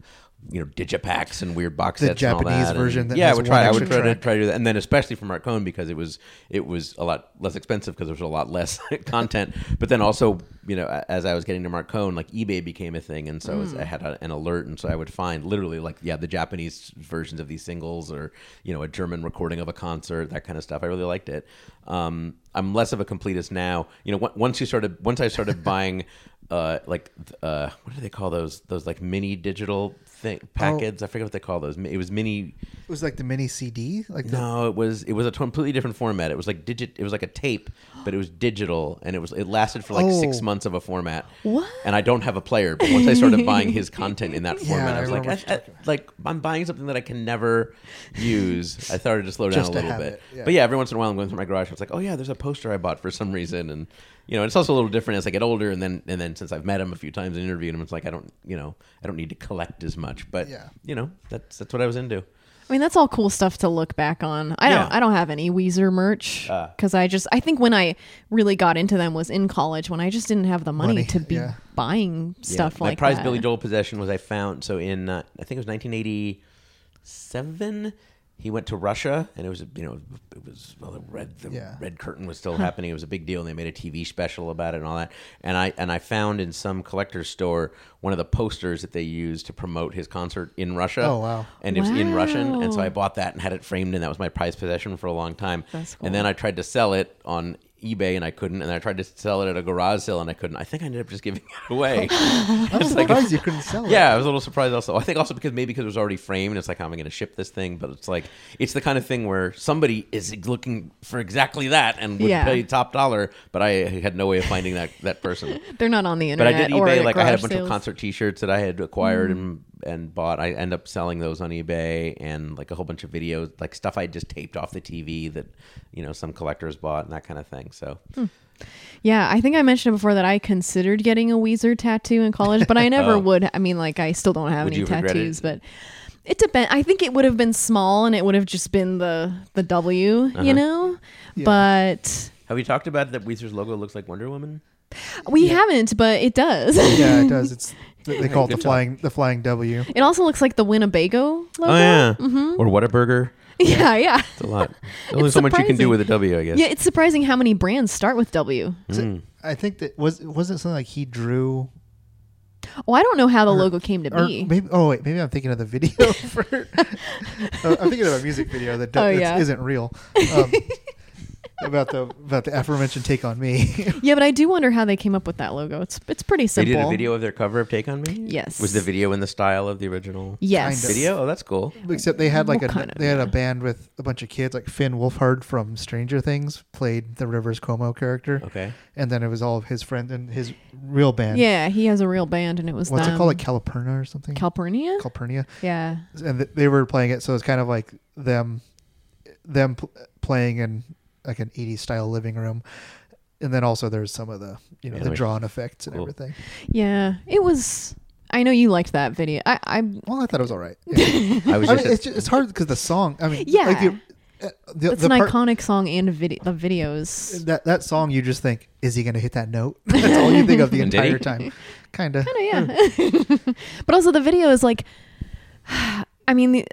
[SPEAKER 4] you know digipacks and weird box
[SPEAKER 2] The
[SPEAKER 4] sets. and all
[SPEAKER 2] Japanese
[SPEAKER 4] that.
[SPEAKER 2] version
[SPEAKER 4] And,
[SPEAKER 2] that
[SPEAKER 4] yeah, I
[SPEAKER 2] has
[SPEAKER 4] would
[SPEAKER 2] one
[SPEAKER 4] try. I would
[SPEAKER 2] extra
[SPEAKER 4] try to,
[SPEAKER 2] track.
[SPEAKER 4] try to do that, and then especially for Marcone because it was it was a lot less expensive because there was a lot less content. But then also, you know, a- as I was getting to Marcone, like eBay became a thing, and so it was- I had a, an alert, and so I would find literally like yeah, the Japanese versions of these singles, or you know, a German recording of a concert, that kind of stuff. I really liked it. Um, I'm less of a completist now. You know, on- once you started, once I started buying. Uh, like uh, what do they call those? Those like mini digital thing packets. I forget what they call those. It was mini
[SPEAKER 2] It was like the mini CD, like the,
[SPEAKER 4] no, it was it was a completely different format. It was like digit. It was like a tape, but it was digital, and it was it lasted for like six
[SPEAKER 2] Oh.
[SPEAKER 4] months of a format.
[SPEAKER 3] What?
[SPEAKER 4] And I don't have a player, but once I started buying his content in that format,
[SPEAKER 2] I
[SPEAKER 4] I was like,
[SPEAKER 2] remember what
[SPEAKER 4] I- I- like I'm buying something that I can never use. I started to slow down
[SPEAKER 2] Just
[SPEAKER 4] a
[SPEAKER 2] to
[SPEAKER 4] little
[SPEAKER 2] have
[SPEAKER 4] bit.
[SPEAKER 2] it, yeah.
[SPEAKER 4] But yeah, every once in a while I'm going through my garage. I was like, oh yeah, there's a poster I bought for some reason, and you know, it's also a little different as I get older, and then and then since I've met him a few times and interviewed him, it's like I don't you know I don't need to collect as much, but
[SPEAKER 2] Yeah.
[SPEAKER 4] you know that's that's what I was into.
[SPEAKER 3] I mean, that's all cool stuff to look back on. I
[SPEAKER 4] Yeah. Uh.
[SPEAKER 3] don't, I don't have any Weezer merch because I just, I think when I really got into them was in college when I just didn't have the money,
[SPEAKER 2] Money,
[SPEAKER 3] to be
[SPEAKER 2] yeah.
[SPEAKER 3] buying stuff
[SPEAKER 4] my
[SPEAKER 3] like
[SPEAKER 4] prize
[SPEAKER 3] that.
[SPEAKER 4] Billy Joel possession was I found so in uh, I think it was 1987. He went to Russia, and it was a you know it was well, the red the
[SPEAKER 2] Yeah.
[SPEAKER 4] red curtain was still happening. It was a big deal, and they made a TV special about it and all that. And I and I found in some collector's store one of the posters that they used to promote his concert in Russia.
[SPEAKER 2] Oh, wow.
[SPEAKER 4] And it was in Russian, and so
[SPEAKER 3] Wow.
[SPEAKER 4] I bought that and had it framed, and that was my prized possession for a long time.
[SPEAKER 3] That's
[SPEAKER 4] And then I tried to sell it on eBay, and I couldn't. And I tried to sell it at a garage sale, and I couldn't. I think I ended up just giving it away.
[SPEAKER 2] I'm surprised you couldn't sell it.
[SPEAKER 4] Yeah, I was a little surprised also. I think also because maybe because it was already framed, it's like, how am I going to ship this thing? But it's like, it's the kind of thing where somebody is looking for exactly that and would
[SPEAKER 3] Yeah.
[SPEAKER 4] pay top dollar, but I had no way of finding that, that person.
[SPEAKER 3] They're not on the
[SPEAKER 4] But I
[SPEAKER 3] internet.
[SPEAKER 4] did
[SPEAKER 3] or
[SPEAKER 4] eBay,
[SPEAKER 3] at
[SPEAKER 4] like, I had a
[SPEAKER 3] garage
[SPEAKER 4] bunch of
[SPEAKER 3] sales. Mm-hmm.
[SPEAKER 4] concert t shirts that I had acquired and, and bought. I end up selling those on eBay and like a whole bunch of videos, like stuff I just taped off the TV that, you know, some collectors bought and that kind of thing. So,
[SPEAKER 3] Hmm. Yeah, I think I mentioned before that I considered getting a Weezer tattoo in college, but I never would. I mean, like I still don't have
[SPEAKER 4] Oh. Would
[SPEAKER 3] any
[SPEAKER 4] you have regretted
[SPEAKER 3] tattoos,
[SPEAKER 4] it?
[SPEAKER 3] but it depends. I think it would have been small and it would have just been the the W,
[SPEAKER 4] Uh-huh.
[SPEAKER 3] you know. But
[SPEAKER 4] have we talked about that Weezer's logo looks like Wonder Woman?
[SPEAKER 3] we haven't, but it does.
[SPEAKER 2] yeah, it does. It's they call it the
[SPEAKER 4] good job.
[SPEAKER 2] flying the flying W.
[SPEAKER 3] it also looks like the Winnebago logo.
[SPEAKER 4] Oh, yeah.
[SPEAKER 3] Mm-hmm.
[SPEAKER 4] Or Whataburger.
[SPEAKER 3] yeah, yeah.
[SPEAKER 4] It's a lot. Only
[SPEAKER 3] It's
[SPEAKER 4] so much you can
[SPEAKER 3] surprising.
[SPEAKER 4] do with a W, I guess.
[SPEAKER 3] Yeah, it's surprising how many brands start with W.
[SPEAKER 4] Mm.
[SPEAKER 2] I think that was wasn't something like he drew
[SPEAKER 3] Oh, I don't know how the logo came to
[SPEAKER 2] or
[SPEAKER 3] be.
[SPEAKER 2] maybe oh wait maybe I'm thinking of the video for Uh, I'm thinking of a music video that do,
[SPEAKER 3] Oh,
[SPEAKER 2] that's-
[SPEAKER 3] yeah.
[SPEAKER 2] isn't real um, about the about the aforementioned take on me.
[SPEAKER 3] Yeah, but I do wonder how they came up with that logo. It's it's pretty
[SPEAKER 4] They
[SPEAKER 3] simple.
[SPEAKER 4] did a video of their cover of Take on Me.
[SPEAKER 3] Yes.
[SPEAKER 4] Was the video in the style of the original?
[SPEAKER 3] Yes.
[SPEAKER 2] Kind of.
[SPEAKER 4] Video? Oh, that's cool.
[SPEAKER 2] Except they had like
[SPEAKER 3] Well,
[SPEAKER 2] a
[SPEAKER 3] kind of,
[SPEAKER 2] they had
[SPEAKER 3] yeah.
[SPEAKER 2] a band with a bunch of kids like Finn Wolfhard from Stranger Things played the Rivers Cuomo character.
[SPEAKER 4] Okay.
[SPEAKER 2] and then it was all of his friends and his real band.
[SPEAKER 3] Yeah, he has a real band, and it was
[SPEAKER 2] what's
[SPEAKER 3] them.
[SPEAKER 2] it called? Like Caliperna or something?
[SPEAKER 3] Calpurnia.
[SPEAKER 2] Calpurnia.
[SPEAKER 3] yeah,
[SPEAKER 2] And th- they were playing it, so it's kind of like them, them pl- playing in like an '80s style living room, and then also there's some of the you know
[SPEAKER 4] Yeah,
[SPEAKER 2] the
[SPEAKER 4] like-
[SPEAKER 2] drawn effects and
[SPEAKER 4] cool.
[SPEAKER 2] everything.
[SPEAKER 3] yeah. It was. I know you liked that video. I, I
[SPEAKER 2] Well, I thought it was all right. Yeah.
[SPEAKER 4] I was
[SPEAKER 2] I
[SPEAKER 4] just.
[SPEAKER 2] mean, it's, ju- it's hard because the song. I mean,
[SPEAKER 3] Yeah.
[SPEAKER 2] like the, uh, the,
[SPEAKER 3] it's
[SPEAKER 2] the
[SPEAKER 3] an
[SPEAKER 2] part-
[SPEAKER 3] iconic song and video. The videos.
[SPEAKER 2] That that song, you just think, is he going to hit that note? That's all you think of the
[SPEAKER 4] And did he?
[SPEAKER 2] entire time. Kind of.
[SPEAKER 3] Yeah. but also the video is like I mean the,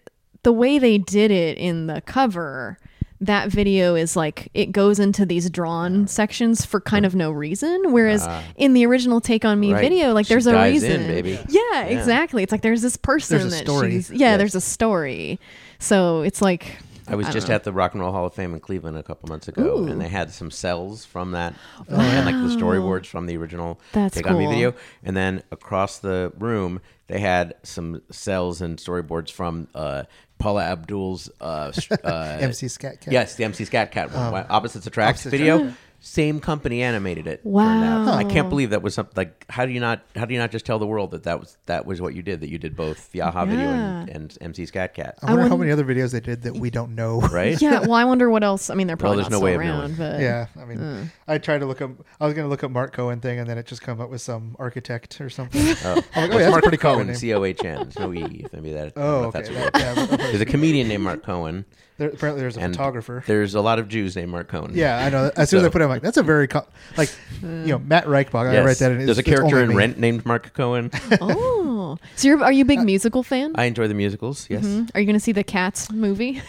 [SPEAKER 3] the way they did it in the cover that video is like it goes into these drawn sections for kind of no reason. Whereas in the original Take on Me
[SPEAKER 4] Uh, Right.
[SPEAKER 3] video, like
[SPEAKER 4] She
[SPEAKER 3] there's a
[SPEAKER 4] dives
[SPEAKER 3] reason.
[SPEAKER 4] in, baby.
[SPEAKER 3] Yeah, exactly. It's like there's this person
[SPEAKER 2] There's a
[SPEAKER 3] that
[SPEAKER 2] story.
[SPEAKER 3] she's yeah, there's a story. So it's like
[SPEAKER 4] I was
[SPEAKER 3] don't
[SPEAKER 4] just
[SPEAKER 3] know.
[SPEAKER 4] at the Rock and Roll Hall of Fame in Cleveland a couple months ago,
[SPEAKER 3] Ooh. Oh,
[SPEAKER 4] and they had some cells from that, and like the storyboards from the original
[SPEAKER 3] That's
[SPEAKER 4] Take On Me
[SPEAKER 3] cool.
[SPEAKER 4] video. And then across the room, they had some cells and storyboards from uh, Paula Abdul's uh, s- uh,
[SPEAKER 2] MC Scat Cat. Oh.
[SPEAKER 4] Yes, the MC Scat Cat one, Why- Opposites Attract
[SPEAKER 2] Opposites
[SPEAKER 4] video. Same company animated it. turned out.
[SPEAKER 3] Wow.
[SPEAKER 4] I can't believe that was something like how do you not how do you not just tell the world that that was that was what you did that you did both the Aha video and,
[SPEAKER 3] Yeah.
[SPEAKER 4] and MC Scat Cat.
[SPEAKER 2] I wonder how
[SPEAKER 3] wouldn't-
[SPEAKER 2] many other videos they did that we don't know.
[SPEAKER 4] Right?
[SPEAKER 3] yeah. Well, I wonder what else. I mean, they're probably
[SPEAKER 4] there's
[SPEAKER 3] not
[SPEAKER 4] no
[SPEAKER 3] still
[SPEAKER 4] way of
[SPEAKER 3] around,
[SPEAKER 4] knowing.
[SPEAKER 3] but
[SPEAKER 2] Yeah, I mean, I tried to look up. I was gonna look up Mark Cohen thing, and then it just come up with some architect or something. I'm like, oh yeah, that's a pretty common
[SPEAKER 4] Cohen,
[SPEAKER 2] name.
[SPEAKER 4] C O H N. There's no E. If maybe that. I don't
[SPEAKER 2] oh,
[SPEAKER 4] know if
[SPEAKER 2] okay.
[SPEAKER 4] that's a
[SPEAKER 2] that-
[SPEAKER 4] word.
[SPEAKER 2] yeah, but- okay.
[SPEAKER 4] There's a comedian named Mark Cohen,
[SPEAKER 2] There, apparently, there's a
[SPEAKER 4] and
[SPEAKER 2] photographer.
[SPEAKER 4] There's a lot of Jews named Mark Cohen.
[SPEAKER 2] Yeah, I know. As soon as I
[SPEAKER 4] So-
[SPEAKER 2] put it, I'm like, that's a very co- like, you know, Matt Reichbach. I
[SPEAKER 4] Yes.
[SPEAKER 2] write that in.
[SPEAKER 4] There's
[SPEAKER 2] it's-
[SPEAKER 4] a
[SPEAKER 2] it's
[SPEAKER 4] character
[SPEAKER 2] only
[SPEAKER 4] in
[SPEAKER 2] me.
[SPEAKER 4] Rent named Mark Cohen.
[SPEAKER 3] oh, so you're are you a big musical fan?
[SPEAKER 4] Uh, I enjoy the musicals. Yes,
[SPEAKER 2] Mm-hmm.
[SPEAKER 3] are you going to see the Cats movie?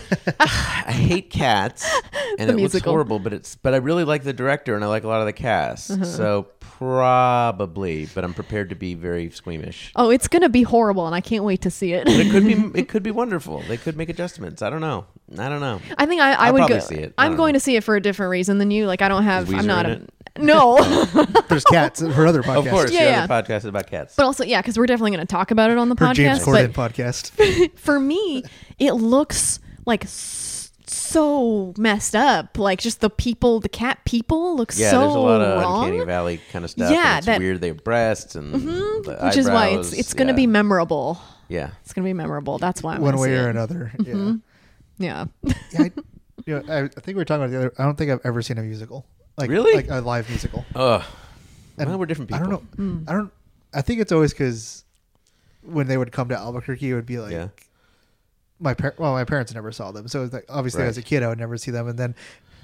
[SPEAKER 4] I hate cats, and
[SPEAKER 3] The
[SPEAKER 4] it looks
[SPEAKER 3] musical.
[SPEAKER 4] horrible. But it's but I really like the director, and I like a lot of the cast.
[SPEAKER 2] Uh-huh.
[SPEAKER 4] So probably, but I'm prepared to be very squeamish.
[SPEAKER 3] Oh, it's going to be horrible, and I can't wait to see it.
[SPEAKER 4] But it could be it could be wonderful. They could make adjustments. I don't know. I don't know.
[SPEAKER 3] I think I, I
[SPEAKER 4] I'll
[SPEAKER 3] would
[SPEAKER 4] probably
[SPEAKER 3] go.
[SPEAKER 4] see it. I
[SPEAKER 3] I'm
[SPEAKER 4] don't
[SPEAKER 3] going
[SPEAKER 4] know.
[SPEAKER 3] to see it for a different reason than you. Like I don't have.
[SPEAKER 4] Weezer
[SPEAKER 3] I'm not
[SPEAKER 4] in
[SPEAKER 3] a.
[SPEAKER 4] it?
[SPEAKER 3] No.
[SPEAKER 2] There's cats. Her other podcast.
[SPEAKER 4] Of course,
[SPEAKER 3] Yeah,
[SPEAKER 4] your
[SPEAKER 3] yeah.
[SPEAKER 4] other podcast is about cats.
[SPEAKER 3] but also, yeah, because we're definitely going to talk about it on the
[SPEAKER 2] Her
[SPEAKER 3] podcast.
[SPEAKER 2] James Corden
[SPEAKER 3] but
[SPEAKER 2] podcast.
[SPEAKER 3] for me, it looks like s- so messed up. Like just the people, the cat people look
[SPEAKER 4] Yeah,
[SPEAKER 3] so
[SPEAKER 4] there's a lot of
[SPEAKER 3] wrong.
[SPEAKER 4] uncanny valley kind of stuff.
[SPEAKER 3] Yeah,
[SPEAKER 4] and it's
[SPEAKER 3] that- Mm-hmm,
[SPEAKER 4] weird. They have breasts and the
[SPEAKER 3] which is why it's
[SPEAKER 4] eyebrows.
[SPEAKER 3] it's going to
[SPEAKER 4] yeah.
[SPEAKER 3] be memorable.
[SPEAKER 4] yeah.
[SPEAKER 3] It's going to be memorable. That's why I'm
[SPEAKER 2] One
[SPEAKER 3] gonna
[SPEAKER 2] way
[SPEAKER 3] see
[SPEAKER 2] or
[SPEAKER 3] it. Mm-hmm.
[SPEAKER 2] another.
[SPEAKER 3] Yeah.
[SPEAKER 2] Yeah. yeah I, you know, I, I think we were talking about the other. I don't think I've ever seen a musical. Like
[SPEAKER 4] Really?
[SPEAKER 2] like a live musical.
[SPEAKER 4] Ugh. well, we're different
[SPEAKER 2] I
[SPEAKER 4] people.
[SPEAKER 2] don't know. I don't. I think it's always because when they would come to Albuquerque, it would be like
[SPEAKER 4] Yeah.
[SPEAKER 2] my par- well, my parents never saw them, so it was like obviously
[SPEAKER 4] Right.
[SPEAKER 2] as a kid, I would never see them, and then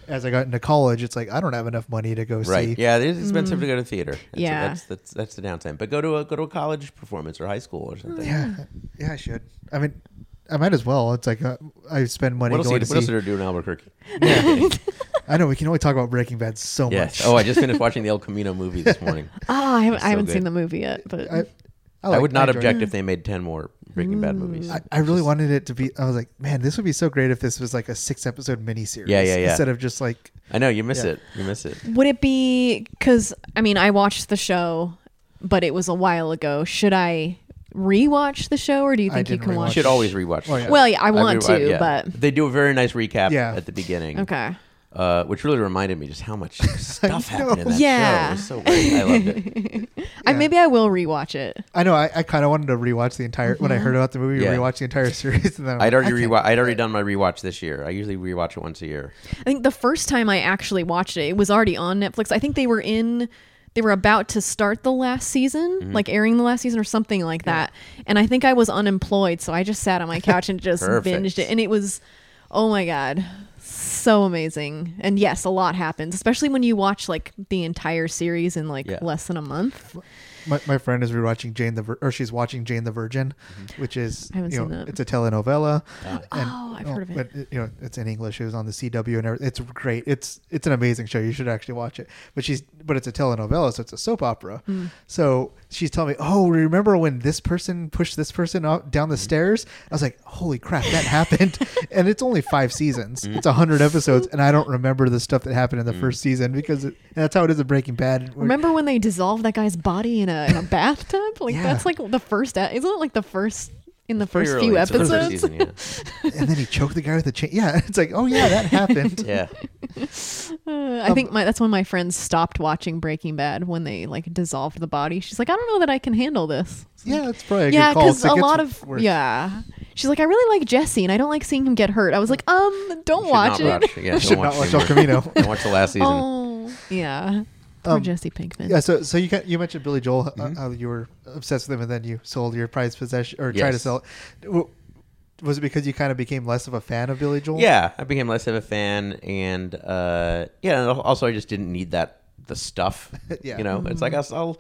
[SPEAKER 2] as I got into college, it's like I don't have enough money to go
[SPEAKER 4] Right.
[SPEAKER 2] see.
[SPEAKER 4] Yeah, it is expensive to go to theater. That's
[SPEAKER 3] Mm. Yeah.
[SPEAKER 4] that's, that's that's the downside. But go to a go to a college performance or high school or something.
[SPEAKER 2] yeah, yeah, I should. I mean, I might as well. It's like uh, I spend money
[SPEAKER 4] What else,
[SPEAKER 2] going
[SPEAKER 4] you-
[SPEAKER 2] to
[SPEAKER 4] what else
[SPEAKER 2] see.
[SPEAKER 4] do they do in Albuquerque?
[SPEAKER 2] I know we can only talk about Breaking Bad so
[SPEAKER 4] Yes.
[SPEAKER 2] much.
[SPEAKER 4] Oh, I just finished watching the El Camino movie this morning.
[SPEAKER 3] Ah, I haven't, I
[SPEAKER 4] so
[SPEAKER 3] haven't seen
[SPEAKER 4] good.
[SPEAKER 3] the movie yet, but
[SPEAKER 2] I,
[SPEAKER 4] I
[SPEAKER 2] like-
[SPEAKER 4] would not
[SPEAKER 2] enjoyed it.
[SPEAKER 4] object if they made ten more Breaking Bad movies.
[SPEAKER 2] I, I really wanted it to be. I was like, man, this would be so great if this was like a six episode miniseries.
[SPEAKER 4] Yeah, yeah, yeah.
[SPEAKER 2] Instead of just like
[SPEAKER 4] I know you miss
[SPEAKER 2] Yeah.
[SPEAKER 4] it. You miss it.
[SPEAKER 3] would it be because I mean I watched the show, but it was a while ago. Should I rewatch the show, or do you
[SPEAKER 2] I
[SPEAKER 3] think you
[SPEAKER 2] didn't
[SPEAKER 3] can
[SPEAKER 2] rewatch
[SPEAKER 4] You
[SPEAKER 3] watch?
[SPEAKER 4] should always rewatch. the
[SPEAKER 2] Oh, yeah.
[SPEAKER 4] show.
[SPEAKER 3] Well, yeah, I want
[SPEAKER 4] re-
[SPEAKER 3] to, but-
[SPEAKER 4] they do a very nice recap
[SPEAKER 2] Yeah.
[SPEAKER 4] at the beginning.
[SPEAKER 3] Okay.
[SPEAKER 4] uh, which really reminded me just how much stuff happened in that
[SPEAKER 3] Yeah.
[SPEAKER 4] show. It was so great. I loved it.
[SPEAKER 3] I maybe I will rewatch it.
[SPEAKER 2] I know. I, I kind of wanted to rewatch the entire when I heard about the movie,
[SPEAKER 4] Mm-hmm. Yeah.
[SPEAKER 2] rewatch the entire series, and then I'm
[SPEAKER 4] I'd
[SPEAKER 2] like,
[SPEAKER 4] already
[SPEAKER 2] I can't-
[SPEAKER 4] rewa- I'd already done my rewatch this year. I usually rewatch it once a year.
[SPEAKER 3] I think the first time I actually watched it, it was already on Netflix. I think they were in they were about to start the last season,
[SPEAKER 4] Mm-hmm.
[SPEAKER 3] like airing the last season or something like that. And I think I was unemployed, so I just sat on my couch and just
[SPEAKER 4] Perfect.
[SPEAKER 3] binged it and it was oh my god, so amazing. And yes, a lot happens, especially when you watch like the entire series in like
[SPEAKER 4] Yeah.
[SPEAKER 3] less than a month.
[SPEAKER 2] My, my friend is rewatching Jane the Vir- or she's watching Jane the Virgin,
[SPEAKER 4] Mm-hmm.
[SPEAKER 2] which is
[SPEAKER 3] I haven't
[SPEAKER 2] you know,
[SPEAKER 3] seen that.
[SPEAKER 2] it's a telenovela.
[SPEAKER 4] Ah.
[SPEAKER 2] and,
[SPEAKER 3] Oh, I've heard of it.
[SPEAKER 2] But it- you know, it's in English. It was on the CW and everything. It's great. It's it's an amazing show. You should actually watch it. But she's but it's a telenovela, so it's a soap opera.
[SPEAKER 3] Hmm.
[SPEAKER 2] So she's telling me, "Oh, remember when this person pushed this person out down the stairs?" I was like, "Holy crap, that happened!" and it's only five seasons. It's a hundred episodes, and I don't remember the stuff that happened in the first season because it, and that's how it is in Breaking Bad.
[SPEAKER 3] Remember when they dissolved that guy's body in a, in a bathtub? Like
[SPEAKER 2] Yeah.
[SPEAKER 3] that's like the first e- isn't it like the first in the
[SPEAKER 4] Pretty
[SPEAKER 3] first
[SPEAKER 4] early.
[SPEAKER 3] few
[SPEAKER 4] It's the first
[SPEAKER 3] episodes?
[SPEAKER 4] season, yeah.
[SPEAKER 2] and then he choked the guy with a chain. Yeah, it's like, oh yeah, that happened.
[SPEAKER 4] yeah.
[SPEAKER 3] I think my that's when my friends stopped watching Breaking Bad when they like dissolved the body. She's like, I don't know that I can handle this.
[SPEAKER 2] Yeah, that's probably a good
[SPEAKER 3] yeah,
[SPEAKER 2] call.
[SPEAKER 3] because
[SPEAKER 2] It
[SPEAKER 3] a
[SPEAKER 2] gets
[SPEAKER 3] lot of
[SPEAKER 2] worse.
[SPEAKER 3] yeah. She's like, I really like Jesse, and I don't like seeing him get hurt. I was like, um, don't
[SPEAKER 4] Should
[SPEAKER 3] watch
[SPEAKER 4] not
[SPEAKER 3] it.
[SPEAKER 4] Watch. Yeah,
[SPEAKER 2] should not watch El Camino.
[SPEAKER 4] Don't watch the last season.
[SPEAKER 3] Oh, yeah. Poor Jesse Pinkman.
[SPEAKER 2] Yeah, so so you got, you mentioned Billy Joel, uh,
[SPEAKER 4] Mm-hmm.
[SPEAKER 2] how you were obsessed with him, and then you sold your prized possession or tried to
[SPEAKER 4] Yes.
[SPEAKER 2] sell. it. W- Was it because you kind of became less of a fan of Billy Joel?
[SPEAKER 4] Yeah, I became less of a fan, and uh, yeah, and al- also I just didn't need that the stuff.
[SPEAKER 2] Yeah.
[SPEAKER 4] you know, it's like I'll, I'll-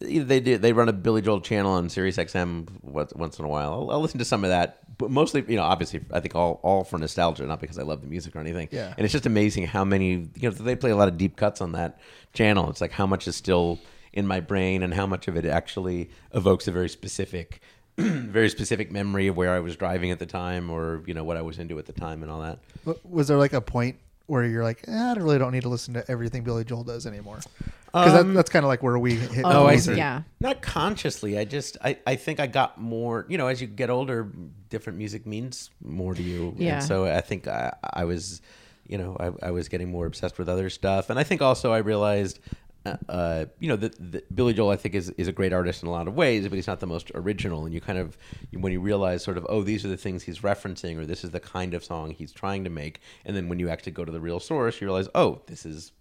[SPEAKER 4] they do they run a Billy Joel channel on Sirius XM once once in a while. I'll, I'll listen to some of that, but mostly, you know, obviously, I think all all for nostalgia, not because I love the music or anything.
[SPEAKER 2] Yeah.
[SPEAKER 4] and it's just amazing how many you know they play a lot of deep cuts on that channel. It's like how much is still in my brain and how much of it actually evokes a very specific. very specific memory of where I was driving at the time, or you know what I was into at the time, and all that.
[SPEAKER 2] W- Was there like a point where you're like, eh, I really don't need to listen to everything Billy Joel does anymore? Because
[SPEAKER 4] Um,
[SPEAKER 2] that, that's kind of like where we hit.
[SPEAKER 3] Oh,
[SPEAKER 2] we
[SPEAKER 3] I
[SPEAKER 2] hit.
[SPEAKER 3] see. Yeah.
[SPEAKER 4] Not consciously. I just I, I think I got more. You know, as you get older, different music means more to you.
[SPEAKER 3] Yeah.
[SPEAKER 4] And so I think I I was, you know, I, I was getting more obsessed with other stuff, and I think also I realized. Uh, uh, you know that, that Billy Joel, I think, is, is a great artist in a lot of ways, but he's not the most original. And you kind of, when you realize sort of, oh, these are the things he's referencing, or this is the kind of song he's trying to make, and then when you actually go to the real source, you realize, oh, this is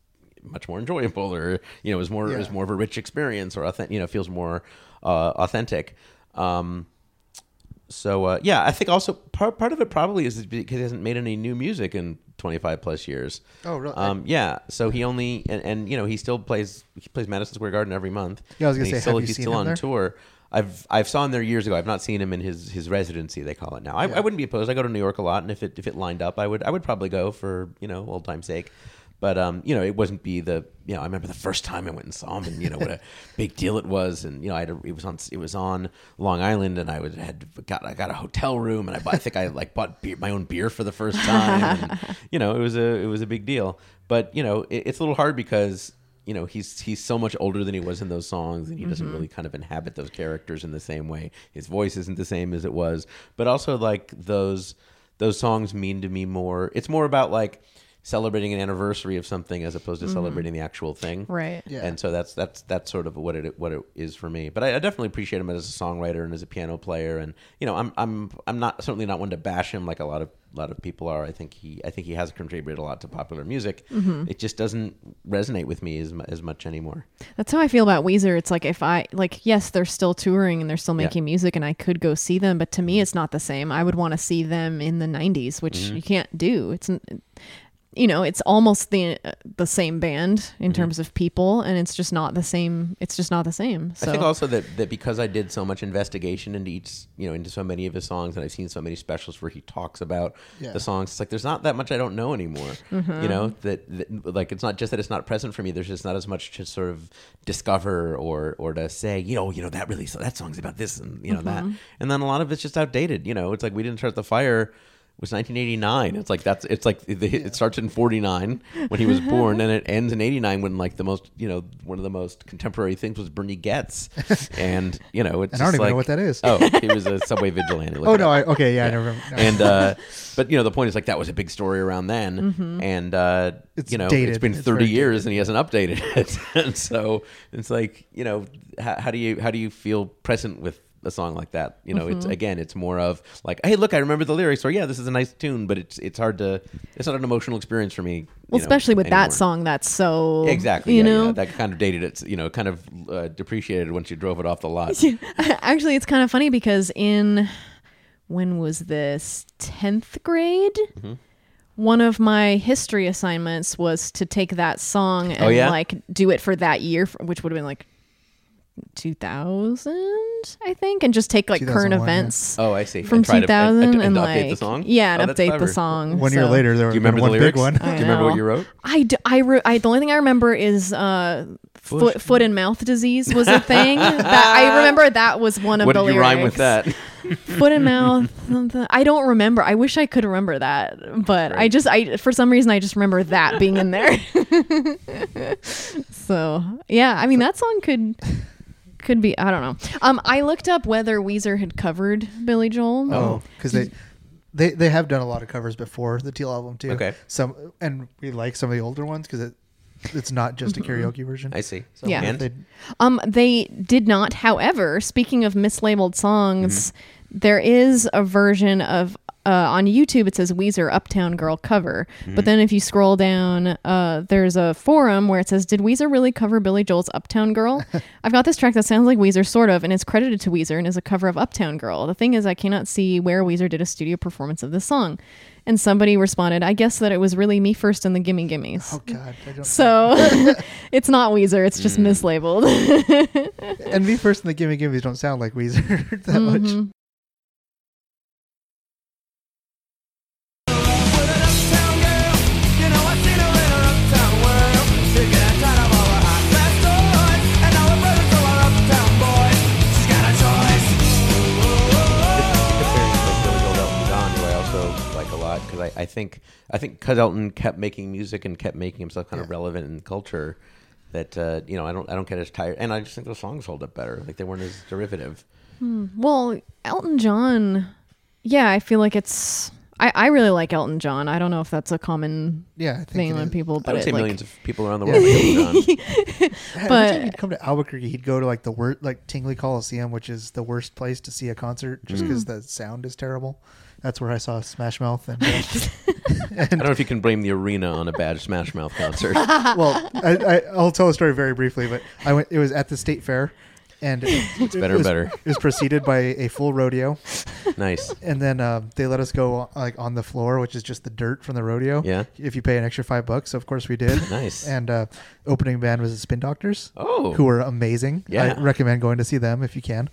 [SPEAKER 4] much more enjoyable or you know is more is more of a rich experience or authentic you know feels more uh, authentic um so uh, yeah i think also part, part of it probably is because he hasn't made any new music in 25 plus years
[SPEAKER 2] Oh, really?
[SPEAKER 4] um yeah so he only and, and you know he still plays he plays madison square garden every month
[SPEAKER 2] Yeah, I was gonna
[SPEAKER 4] And he's
[SPEAKER 2] say,
[SPEAKER 4] still,
[SPEAKER 2] have you
[SPEAKER 4] he's
[SPEAKER 2] seen
[SPEAKER 4] still
[SPEAKER 2] him
[SPEAKER 4] on
[SPEAKER 2] there?
[SPEAKER 4] tour I've I've saw him there years ago. I've not seen him in his, his residency. They call it now. I, I wouldn't be opposed. I go to New York a lot, and if it if it lined up, I would I would probably go for you know old time's sake. But um, you know, it wasn't be the you know. I remember the first time I went and saw him, and you know what a big deal it was. And you know, I had a, it was on it was on Long Island, and I would had got I got a hotel room, and I, bought, I think I like bought beer, my own beer for the first time. and, you know, it was a it was a big deal. But you know, it, it's a little hard because you know he's he's so much older than he was in those songs and he doesn't really kind of inhabit those characters in the same way his voice isn't the same as it was but also like those those songs mean to me more it's more about like celebrating an anniversary of something as opposed to celebrating the actual thing
[SPEAKER 3] Right. Yeah.
[SPEAKER 4] and so that's that's that's sort of what it what it is for me but I, I definitely appreciate him as a songwriter and as a piano player and you know i'm i'm i'm not certainly not one to bash him like a lot of a lot of people are. I think he, I think he has contributed a lot to popular music.
[SPEAKER 3] Mm-hmm.
[SPEAKER 4] It just doesn't resonate with me as, mu- as much anymore.
[SPEAKER 3] That's how I feel about Weezer. It's like if I like yes, they're still touring and they're still
[SPEAKER 4] Yeah. Mm-hmm.
[SPEAKER 3] making music and I could go see them, but to me it's not the same. I would want to see them in the 90s, which you can't do. It's n- you know, it's almost the uh, the same band in
[SPEAKER 4] Mm-hmm.
[SPEAKER 3] terms of people and it's just not the same. It's just not the same. So
[SPEAKER 4] I think also that, that because I did so much investigation into each, you know, into so many of his songs, and I've seen so many specials where he talks about
[SPEAKER 2] Yeah.
[SPEAKER 4] the songs. It's like there's not that much I don't know anymore. You know that, that like it's not just that it's not present for me. There's just not as much to sort of discover or or to say, you know, you know that really so that song's about this and you know that, and then a lot of it's just outdated. You know, it's like we didn't start the fire. was 1989. It's like that's it's like the, it starts in 49 when he was born, and it ends in 89 when like the most you know one of the most contemporary things was Bernie Getz, and you know it's
[SPEAKER 2] And I don't
[SPEAKER 4] just
[SPEAKER 2] even know
[SPEAKER 4] like-
[SPEAKER 2] what that is.
[SPEAKER 4] Oh, he was a subway vigilante. Look
[SPEAKER 2] Oh
[SPEAKER 4] it
[SPEAKER 2] no!
[SPEAKER 4] up
[SPEAKER 2] I, okay, yeah, I never. No.
[SPEAKER 4] and uh, but you know the point is like that was a big story around then,
[SPEAKER 3] Mm-hmm.
[SPEAKER 4] and uh,
[SPEAKER 2] It's
[SPEAKER 4] you know
[SPEAKER 2] dated.
[SPEAKER 4] it's been
[SPEAKER 2] It's
[SPEAKER 4] thirty
[SPEAKER 2] very
[SPEAKER 4] years and he hasn't updated it, and so it's like you know how, how do you how do you feel present with a song like that? You know,
[SPEAKER 3] Mm-hmm.
[SPEAKER 4] it's again it's more of like hey look I remember the lyrics or yeah this is a nice tune, but it's it's hard to it's not an emotional experience for me. you
[SPEAKER 3] well,
[SPEAKER 4] know,
[SPEAKER 3] especially with
[SPEAKER 4] anymore.
[SPEAKER 3] that song that's so
[SPEAKER 4] Exactly,
[SPEAKER 3] you
[SPEAKER 4] yeah,
[SPEAKER 3] know
[SPEAKER 4] yeah, that kind of dated it. You know, kind of uh, depreciated once you drove it off the lot.
[SPEAKER 3] Actually, it's kind of funny because in when was this 10th grade?
[SPEAKER 4] Mm-hmm.
[SPEAKER 3] One of my history assignments was to take that song and
[SPEAKER 4] Oh, yeah?
[SPEAKER 3] like do it for that year, f- which would have been like 2000, I think, and just take like current
[SPEAKER 2] 2001, yeah.
[SPEAKER 3] events
[SPEAKER 4] Oh, I see.
[SPEAKER 3] from
[SPEAKER 4] And try to-
[SPEAKER 3] 2000
[SPEAKER 4] and-
[SPEAKER 3] and,
[SPEAKER 4] and
[SPEAKER 3] like
[SPEAKER 4] update the song?
[SPEAKER 3] yeah,
[SPEAKER 4] Oh,
[SPEAKER 3] and
[SPEAKER 4] that's
[SPEAKER 3] update
[SPEAKER 4] clever.
[SPEAKER 3] the song.
[SPEAKER 2] one year
[SPEAKER 3] so-
[SPEAKER 2] later, there
[SPEAKER 4] Do
[SPEAKER 2] was
[SPEAKER 4] you remember the
[SPEAKER 2] one
[SPEAKER 4] lyrics?
[SPEAKER 2] big one.
[SPEAKER 4] Do you remember
[SPEAKER 3] know.
[SPEAKER 4] what you wrote?
[SPEAKER 3] I, d- I, re- I the only thing I remember is uh, foot foot and mouth disease was a thing that I remember that was one of
[SPEAKER 4] What
[SPEAKER 3] the
[SPEAKER 4] did you
[SPEAKER 3] lyrics.
[SPEAKER 4] rhyme with that?
[SPEAKER 3] foot and mouth. something. I don't remember. I wish I could remember that, but I
[SPEAKER 4] Right.
[SPEAKER 3] just I for some reason I just remember that being in there. so yeah, I mean that song could could be I don't know. Um, I looked up whether Weezer had covered Billy Joel.
[SPEAKER 2] Oh, because they. They, they have done a lot of covers before the Teal album too.
[SPEAKER 4] Okay.
[SPEAKER 2] Some and we like some of the older ones because it it's not just a karaoke version.
[SPEAKER 4] I see. So,
[SPEAKER 3] Mm-hmm. Yeah.
[SPEAKER 4] and?
[SPEAKER 2] They,
[SPEAKER 3] Um, they did not. However, speaking of mislabeled songs, there is a version of uh, on YouTube it says Weezer Uptown Girl cover, but then if you scroll down, uh, there's a forum where it says, "Did Weezer really cover Billy Joel's Uptown Girl?" I've got this track that sounds like Weezer, sort of, and it's credited to Weezer and is a cover of Uptown Girl. The thing is, I cannot see where Weezer did a studio performance of this song. And somebody responded, "I guess that it was really me first and the Gimme Gimmes."
[SPEAKER 2] Oh God, I don't.
[SPEAKER 3] So it's not Weezer, it's
[SPEAKER 4] Mm.
[SPEAKER 3] just mislabeled.
[SPEAKER 2] And me first and the Gimme Gimmes don't sound like Weezer that
[SPEAKER 3] Mm-hmm.
[SPEAKER 2] much.
[SPEAKER 4] who I also like a lot because I, I think I think Cuz Elton kept making music and kept making himself kind of relevant in culture. That uh, you know, I don't I don't get as tired, and I just think those songs hold up better. Like they weren't as derivative.
[SPEAKER 3] Well, Elton John, yeah, I feel like it's. I, I really like Elton John. I don't know if that's a common
[SPEAKER 2] Yeah, I think
[SPEAKER 3] thing
[SPEAKER 2] it
[SPEAKER 3] on
[SPEAKER 2] is.
[SPEAKER 3] people, but
[SPEAKER 4] I would
[SPEAKER 3] it,
[SPEAKER 4] say
[SPEAKER 3] like,
[SPEAKER 4] millions of people around the world. like Elton John.
[SPEAKER 2] Every time
[SPEAKER 3] But-
[SPEAKER 2] he'd come to Albuquerque, he'd go to like the worst, like Tingley Coliseum, which is the worst place to see a concert,
[SPEAKER 3] Mm.
[SPEAKER 2] just because the sound is terrible. That's where I saw Smash Mouth, and uh,
[SPEAKER 4] I don't know if you can blame the arena on a bad Smash Mouth concert.
[SPEAKER 2] well, I, I, I'll tell a story very briefly, but I went. It was at the state fair, and it, it's
[SPEAKER 4] better,
[SPEAKER 2] it was,
[SPEAKER 4] better.
[SPEAKER 2] It was preceded by a full rodeo,
[SPEAKER 4] nice.
[SPEAKER 2] and then uh, they let us go like on the floor, which is just the dirt from the rodeo.
[SPEAKER 4] Yeah.
[SPEAKER 2] If you pay an extra five bucks, so of course we did.
[SPEAKER 4] Nice.
[SPEAKER 2] And uh, opening band was the Spin Doctors.
[SPEAKER 4] Oh.
[SPEAKER 2] Who were amazing.
[SPEAKER 4] Yeah.
[SPEAKER 2] I recommend going to see them if you can.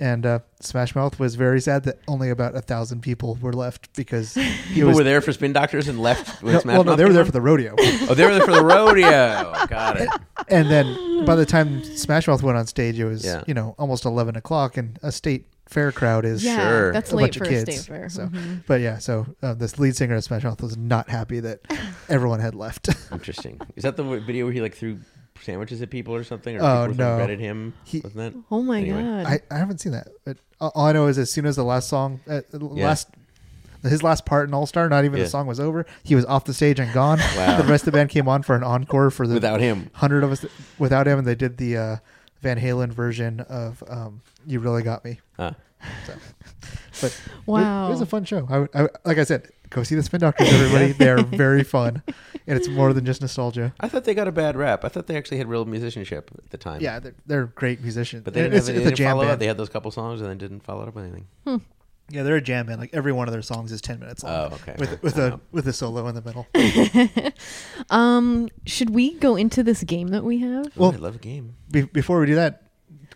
[SPEAKER 2] And uh, Smash Mouth was very sad that only about a thousand people were left because
[SPEAKER 4] People were there for Spin Doctors and left when
[SPEAKER 2] No,
[SPEAKER 4] Smash
[SPEAKER 2] well, no,
[SPEAKER 4] Mouth
[SPEAKER 2] they were
[SPEAKER 4] came
[SPEAKER 2] there
[SPEAKER 4] on?
[SPEAKER 2] for the rodeo.
[SPEAKER 4] Oh, they were there for the rodeo. Got it.
[SPEAKER 2] and then by the time Smash Mouth went on stage, it was
[SPEAKER 4] Yeah.
[SPEAKER 2] you know almost eleven o'clock, and a state fair crowd is
[SPEAKER 3] yeah,
[SPEAKER 4] Sure.
[SPEAKER 3] that's
[SPEAKER 2] a
[SPEAKER 3] late
[SPEAKER 2] bunch
[SPEAKER 3] for
[SPEAKER 2] of
[SPEAKER 3] a Mm-hmm.
[SPEAKER 2] kids.
[SPEAKER 3] state fair.
[SPEAKER 2] So, but yeah, so uh, this lead singer of Smash Mouth was not happy that everyone had left.
[SPEAKER 4] Interesting. Is that the w- video where he like threw sandwiches at people or something? Or
[SPEAKER 2] Oh,
[SPEAKER 4] people
[SPEAKER 2] no.
[SPEAKER 4] Reddit him.
[SPEAKER 2] He-
[SPEAKER 4] Wasn't that?
[SPEAKER 3] Oh my
[SPEAKER 4] Anyway.
[SPEAKER 3] god!
[SPEAKER 2] I, I haven't seen that. But all all I know is as soon as the last song, uh, the
[SPEAKER 4] Yeah.
[SPEAKER 2] last his last part in All Star, not even
[SPEAKER 4] Yeah.
[SPEAKER 2] the song was over, he was off the stage and gone. The rest of the band came on for an encore for the
[SPEAKER 4] Without him.
[SPEAKER 2] hundred of us that- without him, and they did the uh, Van Halen version of um, "You Really Got Me."
[SPEAKER 4] Huh.
[SPEAKER 2] But
[SPEAKER 3] Wow.
[SPEAKER 2] it, it was a fun show. I, would- I would- like I said, go see the Spin Doctors, everybody. They're very fun, and it's more than just nostalgia.
[SPEAKER 4] I thought they got a bad rap. I thought they actually had real musicianship at the time.
[SPEAKER 2] Yeah, they're, they're great musicians.
[SPEAKER 4] But they didn't, have, they didn't follow up. They had those couple songs and then didn't follow it up with anything.
[SPEAKER 2] Yeah, they're a jam band. Like every one of their songs is ten minutes long.
[SPEAKER 4] Oh, okay.
[SPEAKER 2] With with a with a solo in the middle.
[SPEAKER 3] Should we go into this game that we have?
[SPEAKER 4] Well,
[SPEAKER 2] Well-
[SPEAKER 4] I love a game.
[SPEAKER 2] Be- before we do that,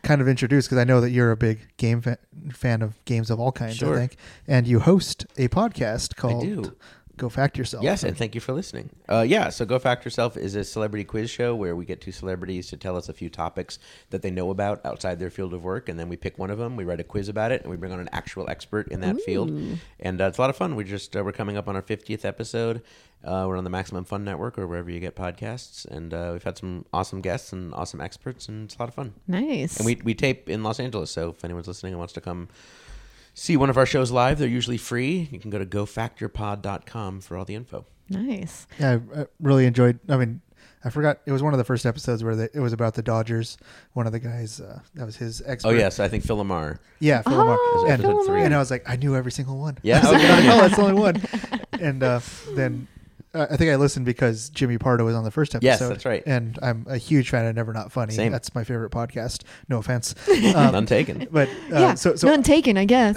[SPEAKER 2] kind of introduce because I know that you're a big game fa- fan of games of all kinds.
[SPEAKER 4] Sure.
[SPEAKER 2] I think, and you host a podcast called
[SPEAKER 4] do.
[SPEAKER 2] Go Fact Yourself.
[SPEAKER 4] Yes, and thank you for listening. Uh, yeah, so Go Fact Yourself is a celebrity quiz show where we get two celebrities to tell us a few topics that they know about outside their field of work, and then we pick one of them, we write a quiz about it, and we bring on an actual expert in that field. And uh, it's a lot of fun. We just uh, we're coming up on our fiftieth episode. Uh, we're on the Maximum Fun Network or wherever you get podcasts, and uh, we've had some awesome guests and awesome experts, and it's a lot of fun.
[SPEAKER 3] Nice.
[SPEAKER 4] And we, we tape in Los Angeles, so if anyone's listening and wants to come see one of our shows live, they're usually free. You can go to gofactorpod.com for all the info.
[SPEAKER 3] nice.
[SPEAKER 2] Yeah, I, I really enjoyed. I mean, I forgot it was one of the first episodes where they, it was about the Dodgers. One of the guys uh, that was his expert.
[SPEAKER 4] Oh, yes, I think Phil Lamar.
[SPEAKER 2] yeah, Phil Lamar.
[SPEAKER 3] Oh,
[SPEAKER 2] and,
[SPEAKER 4] Phil Lamar.
[SPEAKER 2] and I was like, I knew every single one.
[SPEAKER 4] Yeah,
[SPEAKER 2] I was like,
[SPEAKER 4] okay, yeah.
[SPEAKER 2] oh, that's the only one. And uh, then. uh, I think I listened because Jimmy Pardo was on the first episode.
[SPEAKER 4] Yes, that's right.
[SPEAKER 2] And I'm a huge fan of Never Not Funny.
[SPEAKER 4] Same.
[SPEAKER 2] That's my favorite podcast. No offense. Um,
[SPEAKER 4] None taken.
[SPEAKER 2] But uh,
[SPEAKER 3] yeah.
[SPEAKER 2] so, so
[SPEAKER 3] none taken, I guess.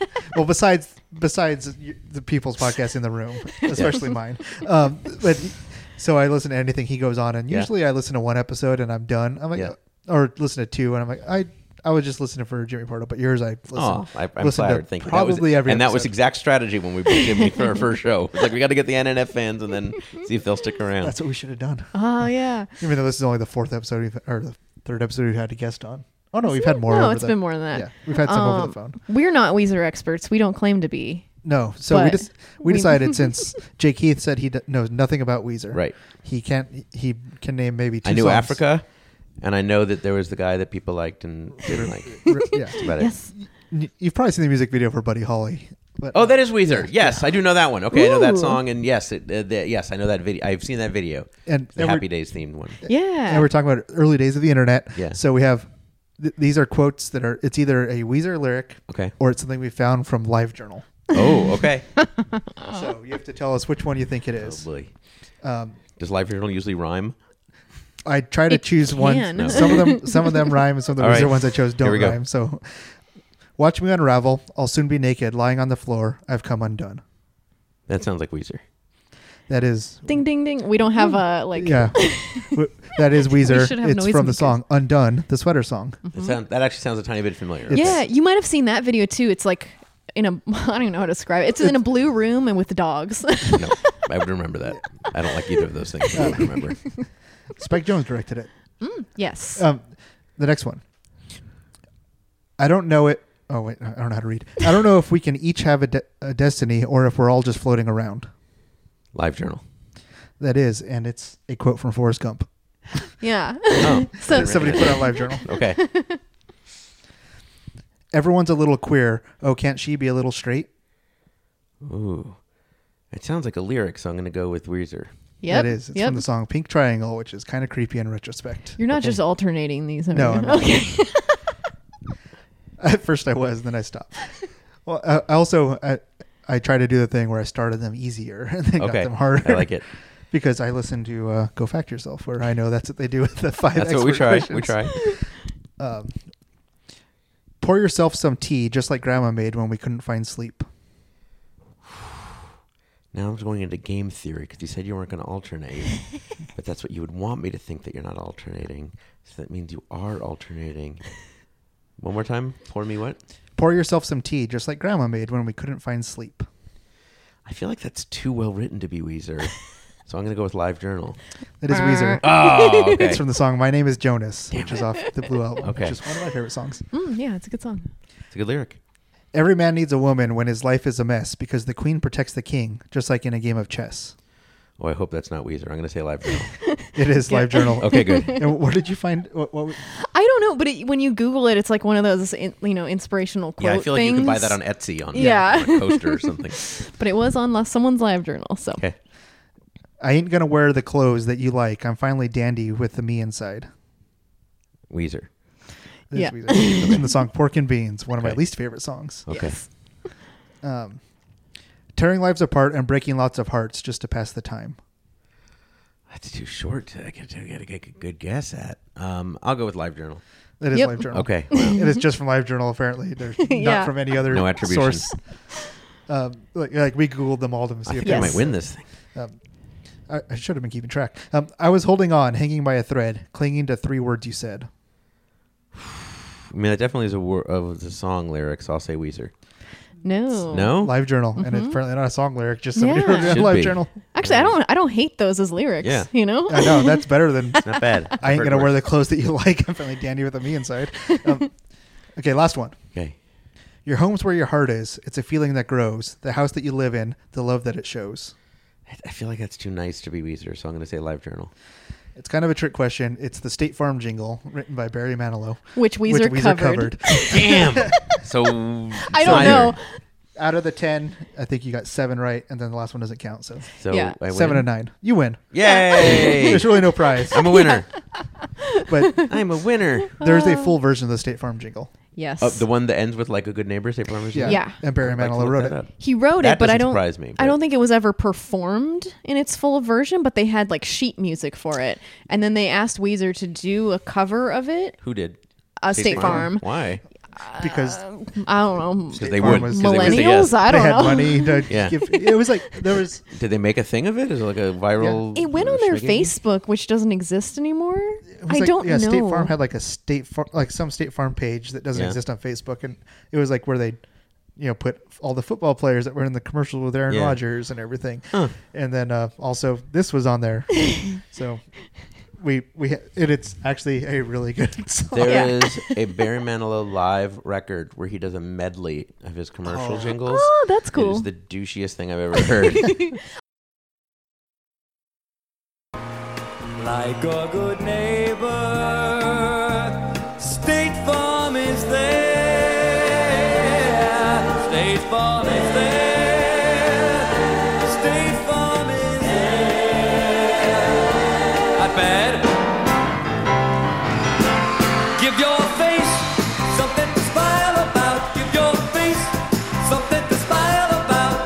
[SPEAKER 2] well, besides besides y- the people's podcast in the room, especially mine. Um, but so I listen to anything he goes on, and
[SPEAKER 4] Yeah.
[SPEAKER 2] usually I listen to one episode and I'm done. I'm like, uh,
[SPEAKER 4] Yeah.
[SPEAKER 2] or listen to two, and I'm like, I I was just listening for Jimmy Pardo, but yours I listen.
[SPEAKER 4] Oh, I, I'm
[SPEAKER 2] listen
[SPEAKER 4] flattered.
[SPEAKER 2] to
[SPEAKER 4] Thank you. That was-
[SPEAKER 2] probably every
[SPEAKER 4] and that was
[SPEAKER 2] episode.
[SPEAKER 4] exact strategy when we booked Jimmy for our first show. It's like we got to get the NNF fans and then see if they'll stick around.
[SPEAKER 2] That's what we should have done.
[SPEAKER 3] oh yeah.
[SPEAKER 2] Even though this is only the fourth episode we've, or the third episode we've had a guest on. Oh no, we've
[SPEAKER 3] it?
[SPEAKER 2] had more.
[SPEAKER 3] No,
[SPEAKER 2] over
[SPEAKER 3] it's
[SPEAKER 2] the-
[SPEAKER 3] been more than that.
[SPEAKER 2] Yeah, we've had some over the
[SPEAKER 3] Um,
[SPEAKER 2] phone.
[SPEAKER 3] We're not Weezer experts. We don't claim to be.
[SPEAKER 2] No, so we
[SPEAKER 3] But
[SPEAKER 2] just we
[SPEAKER 3] we-
[SPEAKER 2] decided since Jake Heath said he d- knows nothing about Weezer,
[SPEAKER 4] Right.
[SPEAKER 2] He can't. He can name maybe. two
[SPEAKER 4] I knew
[SPEAKER 2] songs.
[SPEAKER 4] Africa, and I know that there was the guy that people liked and didn't like.
[SPEAKER 2] R- yeah,
[SPEAKER 4] That's about it.
[SPEAKER 3] Yes.
[SPEAKER 2] N- you've probably seen the music video for Buddy Holly. But
[SPEAKER 4] Oh, that is Weezer. Yes, I do know that one. Okay, I know that
[SPEAKER 3] Ooh.
[SPEAKER 4] song, and yes, it, uh, the, yes, I know that video. I've seen that video.
[SPEAKER 2] And-
[SPEAKER 4] the
[SPEAKER 2] and we're-
[SPEAKER 4] Happy Days themed one.
[SPEAKER 2] and
[SPEAKER 3] Yeah.
[SPEAKER 2] we're talking about early days of the internet.
[SPEAKER 4] Yeah.
[SPEAKER 2] So we have th- these are quotes that are it's either a Weezer lyric,
[SPEAKER 4] Okay.
[SPEAKER 2] or it's something we found from LiveJournal.
[SPEAKER 4] Oh, okay. Oh.
[SPEAKER 2] So you have to tell us which one you think it is.
[SPEAKER 4] Probably.
[SPEAKER 2] Um,
[SPEAKER 4] Does live journal usually rhyme?
[SPEAKER 2] I try to
[SPEAKER 3] It
[SPEAKER 2] choose
[SPEAKER 3] can. No.
[SPEAKER 2] one. Some of them, some of them rhyme, and some of the
[SPEAKER 4] All
[SPEAKER 2] other
[SPEAKER 4] right.
[SPEAKER 2] ones I chose
[SPEAKER 4] Here we
[SPEAKER 2] don't
[SPEAKER 4] go.
[SPEAKER 2] rhyme. So, watch me unravel. I'll soon be naked, lying on the floor. I've come undone.
[SPEAKER 4] That sounds like Weezer.
[SPEAKER 2] That is,
[SPEAKER 3] Ding ding ding. We don't have a like.
[SPEAKER 2] yeah, W- that is Weezer.
[SPEAKER 6] should have
[SPEAKER 2] It's
[SPEAKER 6] noise
[SPEAKER 2] from the
[SPEAKER 6] makers.
[SPEAKER 2] song "Undone," the sweater song.
[SPEAKER 4] That, sound, that actually sounds a tiny bit familiar.
[SPEAKER 3] Yeah, you might have seen that video too. It's like in a I don't even know how to describe it. It's, in a blue room and with dogs.
[SPEAKER 4] No, I would remember that. I don't like either of those things. I don't remember.
[SPEAKER 2] Spike Jones directed it.
[SPEAKER 3] yes.
[SPEAKER 2] Um, the next one. I don't know it. Oh wait, I don't know how to read. I don't know if we can each have a, de- a destiny or if we're all just floating around.
[SPEAKER 4] Live journal.
[SPEAKER 2] That is, and it's a quote from Forrest Gump.
[SPEAKER 3] yeah.
[SPEAKER 4] Oh,
[SPEAKER 3] So-
[SPEAKER 4] I didn't
[SPEAKER 2] Somebody put
[SPEAKER 4] recognize
[SPEAKER 2] out Live Journal.
[SPEAKER 4] that. Okay.
[SPEAKER 2] Everyone's a little queer. Oh, can't she be a little straight?
[SPEAKER 4] Ooh, it sounds like a lyric, so I'm going to go with Weezer.
[SPEAKER 3] Yep.
[SPEAKER 2] That is. It's
[SPEAKER 3] yep.
[SPEAKER 2] from the song Pink Triangle, which is kind of creepy in retrospect.
[SPEAKER 3] You're not just alternating these. Are
[SPEAKER 2] No,
[SPEAKER 3] you?
[SPEAKER 2] I'm not.
[SPEAKER 3] Okay.
[SPEAKER 2] At first I was, and then I stopped. Well, I, I also I, I try to do the thing where I started them easier and then
[SPEAKER 4] Okay.
[SPEAKER 2] got them harder.
[SPEAKER 4] I like it.
[SPEAKER 2] Because I listen to uh, Go Fact Yourself, where I know that's what they do with the five.
[SPEAKER 4] That's what we
[SPEAKER 2] expert
[SPEAKER 4] try. We
[SPEAKER 2] questions.
[SPEAKER 4] try.
[SPEAKER 2] Pour yourself some tea, just like Grandma made when we couldn't find sleep.
[SPEAKER 4] Now I'm going into game theory because you said you weren't going to alternate, but that's what you would want me to think that you're not alternating. So that means you are alternating. One more time. Pour me what?
[SPEAKER 2] Pour yourself some tea, just like Grandma made when we couldn't find sleep.
[SPEAKER 4] I feel like that's too well written to be Weezer, so I'm going to go with Live Journal.
[SPEAKER 2] That is Weezer.
[SPEAKER 4] Oh, okay.
[SPEAKER 2] It's from the song "My Name Is Jonas," which is off the Blue album,
[SPEAKER 4] Okay.
[SPEAKER 2] which is one of my favorite songs.
[SPEAKER 3] Mm, yeah, it's a good song.
[SPEAKER 4] it's a good lyric.
[SPEAKER 2] Every man needs a woman when his life is a mess because the queen protects the king, just like in a game of chess.
[SPEAKER 4] Oh, I hope that's not Weezer. I'm going to say Live Journal.
[SPEAKER 2] It is Live Journal.
[SPEAKER 4] Okay, good.
[SPEAKER 2] And what did you find? What, what,
[SPEAKER 3] I don't know, but it, when you Google it, it's like one of those in, you know inspirational quote
[SPEAKER 4] Yeah, I feel like you can buy that on
[SPEAKER 3] things.
[SPEAKER 4] Etsy on,
[SPEAKER 3] Yeah.
[SPEAKER 4] on a coaster or something.
[SPEAKER 3] But it was on la- someone's live journal, so
[SPEAKER 4] Okay.
[SPEAKER 2] I ain't gonna wear the clothes that you like. I'm finally dandy with the me inside.
[SPEAKER 4] Weezer.
[SPEAKER 2] It is
[SPEAKER 3] Yeah.
[SPEAKER 2] Weezer. It's from the song "Pork and Beans," one of my
[SPEAKER 4] Okay.
[SPEAKER 2] least favorite songs.
[SPEAKER 4] Okay.
[SPEAKER 2] Tearing lives apart and breaking lots of hearts just to pass the time.
[SPEAKER 4] That's too short. to- I gotta, I gotta get a good guess at. Um, I'll go with Live Journal.
[SPEAKER 2] That is
[SPEAKER 3] Yep.
[SPEAKER 2] Live Journal.
[SPEAKER 4] Okay.
[SPEAKER 2] It is just from Live Journal, apparently. They're
[SPEAKER 3] Mm-hmm. Yeah.
[SPEAKER 2] not from any other
[SPEAKER 4] No attribution.
[SPEAKER 2] source. Um, like, like we googled them all to see
[SPEAKER 4] I
[SPEAKER 2] if
[SPEAKER 4] think
[SPEAKER 2] they
[SPEAKER 4] I
[SPEAKER 3] Yes.
[SPEAKER 4] might win this thing.
[SPEAKER 2] I, I should have been keeping track. Um, I was holding on, hanging by a thread, clinging to three words you said.
[SPEAKER 4] I mean, that definitely is a wor- of the song lyrics. I'll say Weezer.
[SPEAKER 3] no,
[SPEAKER 4] No,
[SPEAKER 2] Live journal, and it's apparently not a song lyric, just somebody
[SPEAKER 3] Oh. Mm-hmm. Yeah.
[SPEAKER 2] wrote it on
[SPEAKER 4] Should
[SPEAKER 2] live
[SPEAKER 4] be.
[SPEAKER 2] journal.
[SPEAKER 3] Actually, I don't. I don't hate those as lyrics.
[SPEAKER 4] Yeah. Uh,
[SPEAKER 3] you know.
[SPEAKER 2] I know that's better than
[SPEAKER 4] not bad.
[SPEAKER 2] I ain't
[SPEAKER 4] I've heard
[SPEAKER 2] gonna wear the
[SPEAKER 4] worse.
[SPEAKER 2] clothes that you like. I'm finally dandy with a me inside. Um, okay, last one.
[SPEAKER 4] Okay.
[SPEAKER 2] Your home's where your heart is. It's a feeling that grows. The house that you live in, the love that it shows.
[SPEAKER 4] I- I feel like that's too nice to be Weezer, so I'm gonna say Live Journal.
[SPEAKER 2] It's kind of a trick question. It's the State Farm jingle written by Barry Manilow,
[SPEAKER 3] Which Weezer covered.
[SPEAKER 4] Damn. so
[SPEAKER 3] I don't know.
[SPEAKER 2] Out of the ten, I think you got seven right, and then the last one doesn't count. So
[SPEAKER 4] So
[SPEAKER 3] Yeah.
[SPEAKER 4] I win.
[SPEAKER 2] seven and nine, you win.
[SPEAKER 4] Yay!
[SPEAKER 2] There's really no prize,
[SPEAKER 4] I'm a winner.
[SPEAKER 2] but
[SPEAKER 4] I'm a winner.
[SPEAKER 2] there's
[SPEAKER 3] Uh,
[SPEAKER 2] a full version of the State Farm jingle.
[SPEAKER 3] Yes.
[SPEAKER 4] Uh, the one that ends with like a good neighbor, State Farmers.
[SPEAKER 2] Yeah,
[SPEAKER 3] Yeah.
[SPEAKER 2] and Barry
[SPEAKER 4] I'd like to
[SPEAKER 2] Manilow
[SPEAKER 4] look
[SPEAKER 2] wrote
[SPEAKER 4] that
[SPEAKER 2] it.
[SPEAKER 4] up.
[SPEAKER 3] He wrote
[SPEAKER 4] That
[SPEAKER 3] it, but I don't.
[SPEAKER 4] doesn't surprise me,
[SPEAKER 3] I
[SPEAKER 4] but-
[SPEAKER 3] don't think it was ever performed in its full version. But they had like sheet music for it, and then they asked Weezer to do a cover of it.
[SPEAKER 4] Who did?
[SPEAKER 3] Uh, State Farm.
[SPEAKER 4] Why?
[SPEAKER 2] because
[SPEAKER 3] I don't know.
[SPEAKER 4] Because they
[SPEAKER 2] Farm
[SPEAKER 4] would.
[SPEAKER 2] was-
[SPEAKER 4] 'cause they would say
[SPEAKER 3] Millennials.
[SPEAKER 4] yes.
[SPEAKER 3] I
[SPEAKER 2] they
[SPEAKER 3] don't
[SPEAKER 2] had
[SPEAKER 3] know.
[SPEAKER 2] money to
[SPEAKER 4] Yeah.
[SPEAKER 2] give. It was like there was
[SPEAKER 4] Did they make a thing of it? Is it like a viral?
[SPEAKER 3] It went on their
[SPEAKER 4] schmigging?
[SPEAKER 3] Facebook, which doesn't exist anymore.
[SPEAKER 2] It
[SPEAKER 3] I
[SPEAKER 2] was like-
[SPEAKER 3] don't
[SPEAKER 2] yeah,
[SPEAKER 3] know.
[SPEAKER 2] State Farm had like a state farm, like some State Farm page that doesn't
[SPEAKER 4] Yeah.
[SPEAKER 2] exist on Facebook, and it was like where they, you know, put all the football players that were in the commercial with Aaron
[SPEAKER 4] Yeah.
[SPEAKER 2] Rodgers and everything, and then uh, also this was on there, so we we ha- it, it's actually a really good song.
[SPEAKER 4] There
[SPEAKER 3] Yeah.
[SPEAKER 4] is a Barry Manilow live record where he does a medley of his commercial jingles.
[SPEAKER 3] Oh, that's
[SPEAKER 4] It
[SPEAKER 3] cool.
[SPEAKER 4] is the douchiest thing I've ever heard.
[SPEAKER 7] Like a good neighbor, State Farm is there. State Farm is there. State Farm is there. Not bad. Give your face something to smile about. Give your face something to smile about.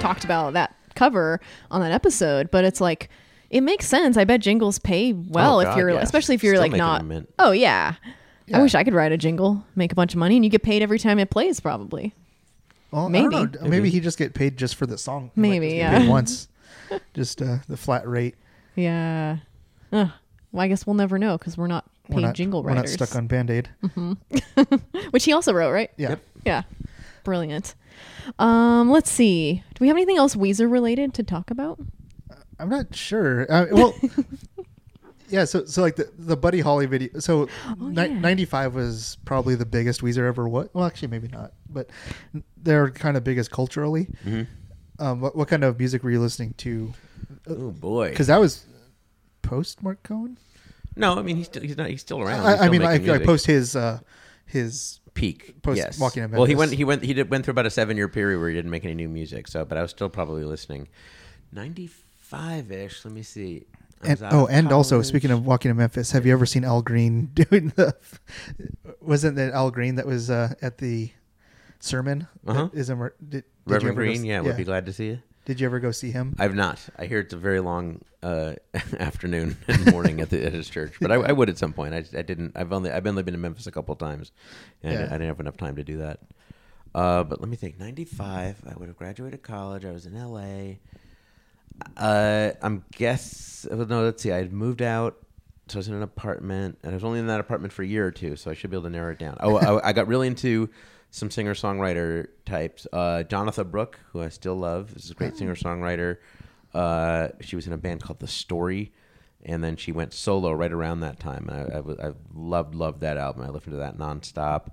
[SPEAKER 3] talked about that cover on that episode, but it's like it makes sense. I bet jingles pay well
[SPEAKER 4] Oh,
[SPEAKER 3] if
[SPEAKER 4] God,
[SPEAKER 3] you're
[SPEAKER 4] yeah.
[SPEAKER 3] especially if you're
[SPEAKER 4] Still
[SPEAKER 3] like
[SPEAKER 4] making
[SPEAKER 3] not
[SPEAKER 4] them mint.
[SPEAKER 3] Oh yeah. I wish I could write a jingle, make a bunch of money, and you get paid every time it plays probably.
[SPEAKER 2] Well, I don't
[SPEAKER 3] Maybe.
[SPEAKER 2] know. Maybe he just get paid just for the song. He might
[SPEAKER 3] Maybe,
[SPEAKER 2] just get
[SPEAKER 3] yeah.
[SPEAKER 2] paid once, just uh, the flat rate.
[SPEAKER 3] Yeah. Ugh. Well, I guess we'll never know because we're not paid
[SPEAKER 2] We're not,
[SPEAKER 3] jingle
[SPEAKER 2] we're not
[SPEAKER 3] writers.
[SPEAKER 2] stuck on Band Aid.
[SPEAKER 3] Which he also wrote, right?
[SPEAKER 2] Yeah.
[SPEAKER 3] Yeah. Brilliant. Um, let's see. Do we have anything else Weezer related to talk about?
[SPEAKER 2] I'm not sure. Uh, well, yeah. So, so like the, the Buddy Holly video. So, ni-
[SPEAKER 3] yeah.
[SPEAKER 2] 95 was probably the biggest Weezer ever. What? Well, actually, maybe not. But they're kind of biggest culturally.
[SPEAKER 4] Mm-hmm.
[SPEAKER 2] Um, what, what kind of music were you listening to?
[SPEAKER 4] Oh boy.
[SPEAKER 2] Because that was post Mark Cohen.
[SPEAKER 4] no, I mean he's still, he's not he's still around. He's
[SPEAKER 2] I, I
[SPEAKER 4] still
[SPEAKER 2] mean, I,
[SPEAKER 4] making
[SPEAKER 2] I
[SPEAKER 4] music.
[SPEAKER 2] post his uh, his
[SPEAKER 4] peak.
[SPEAKER 2] post
[SPEAKER 4] yes.
[SPEAKER 2] Walking in
[SPEAKER 4] well, he
[SPEAKER 2] Memphis.
[SPEAKER 4] went he went he did, went through about a seven year period where he didn't make any new music. So, but I was still probably listening. Ninety five ish. Let me see. I
[SPEAKER 2] And,
[SPEAKER 4] was out
[SPEAKER 2] oh,
[SPEAKER 4] of
[SPEAKER 2] and also
[SPEAKER 4] college.
[SPEAKER 2] speaking of walking to Memphis, have you ever seen Al Green doing the? Wasn't it Al Green that was uh, at the sermon? that
[SPEAKER 4] Uh-huh.
[SPEAKER 2] Is a mer- did, did you
[SPEAKER 4] Reverend
[SPEAKER 2] ever go
[SPEAKER 4] Green,
[SPEAKER 2] s-
[SPEAKER 4] yeah, would be glad to see you.
[SPEAKER 2] Did you ever go see him?
[SPEAKER 4] I've not. I hear it's a very long uh, afternoon and morning at, the, at his church, but I, I would at some point. I, I didn't. I've only I've only been to Memphis a couple of times, and I,
[SPEAKER 2] Yeah.
[SPEAKER 4] didn't have enough time to do that. Uh, but let me think. Ninety five. I would have graduated college. I was in L.A. Uh, I'm guess. oh, No, let's see. I had moved out, so I was in an apartment, and I was only in that apartment for a year or two, so I should be able to narrow it down. Oh, I, I got really into some singer songwriter types. Uh, Jonatha Brooke, who I still love, is a great singer songwriter. Uh, she was in a band called The Story, and then she went solo right around that time. And I, I, was- I loved loved that album. I listened to that nonstop.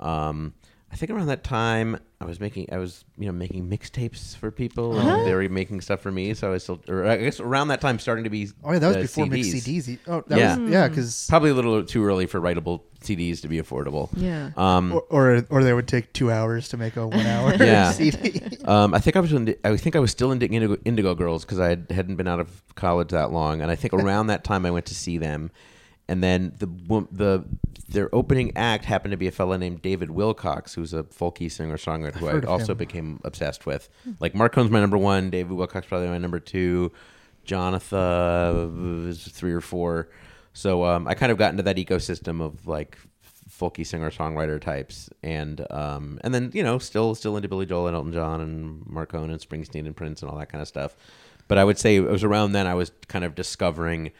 [SPEAKER 4] Um, I think around that time I was making I was you know making mixtapes for people and they were making stuff for me so I was still or I guess around that time starting to be
[SPEAKER 2] Oh, yeah, that was
[SPEAKER 4] the
[SPEAKER 2] before mixed CDs. He- Oh, that
[SPEAKER 4] Yeah.
[SPEAKER 2] was yeah, because
[SPEAKER 4] probably a little too early for writable CDs to be affordable
[SPEAKER 3] Yeah.
[SPEAKER 4] um
[SPEAKER 2] or, or or they would take two hours to make a one hour
[SPEAKER 4] Yeah.
[SPEAKER 2] CD.
[SPEAKER 4] um I think I was in, I think I was still in Indigo, Indigo Girls because I had, hadn't been out of college that long and I think around that time I went to see them and then the wo- the their opening act happened to be a fellow named David Wilcox who's a folky singer songwriter who I
[SPEAKER 2] heard of
[SPEAKER 4] also
[SPEAKER 2] him.
[SPEAKER 4] became obsessed with. Like Mark Cohn's my number one, David Wilcox probably my number two, Jonathan is three or four. So um, I kind of got into that ecosystem of like folky singer songwriter types, and um, and then you know still still into Billy Joel and Elton John and Mark Cohn and Springsteen and Prince and all that kind of stuff. But I would say it was around then I was kind of discovering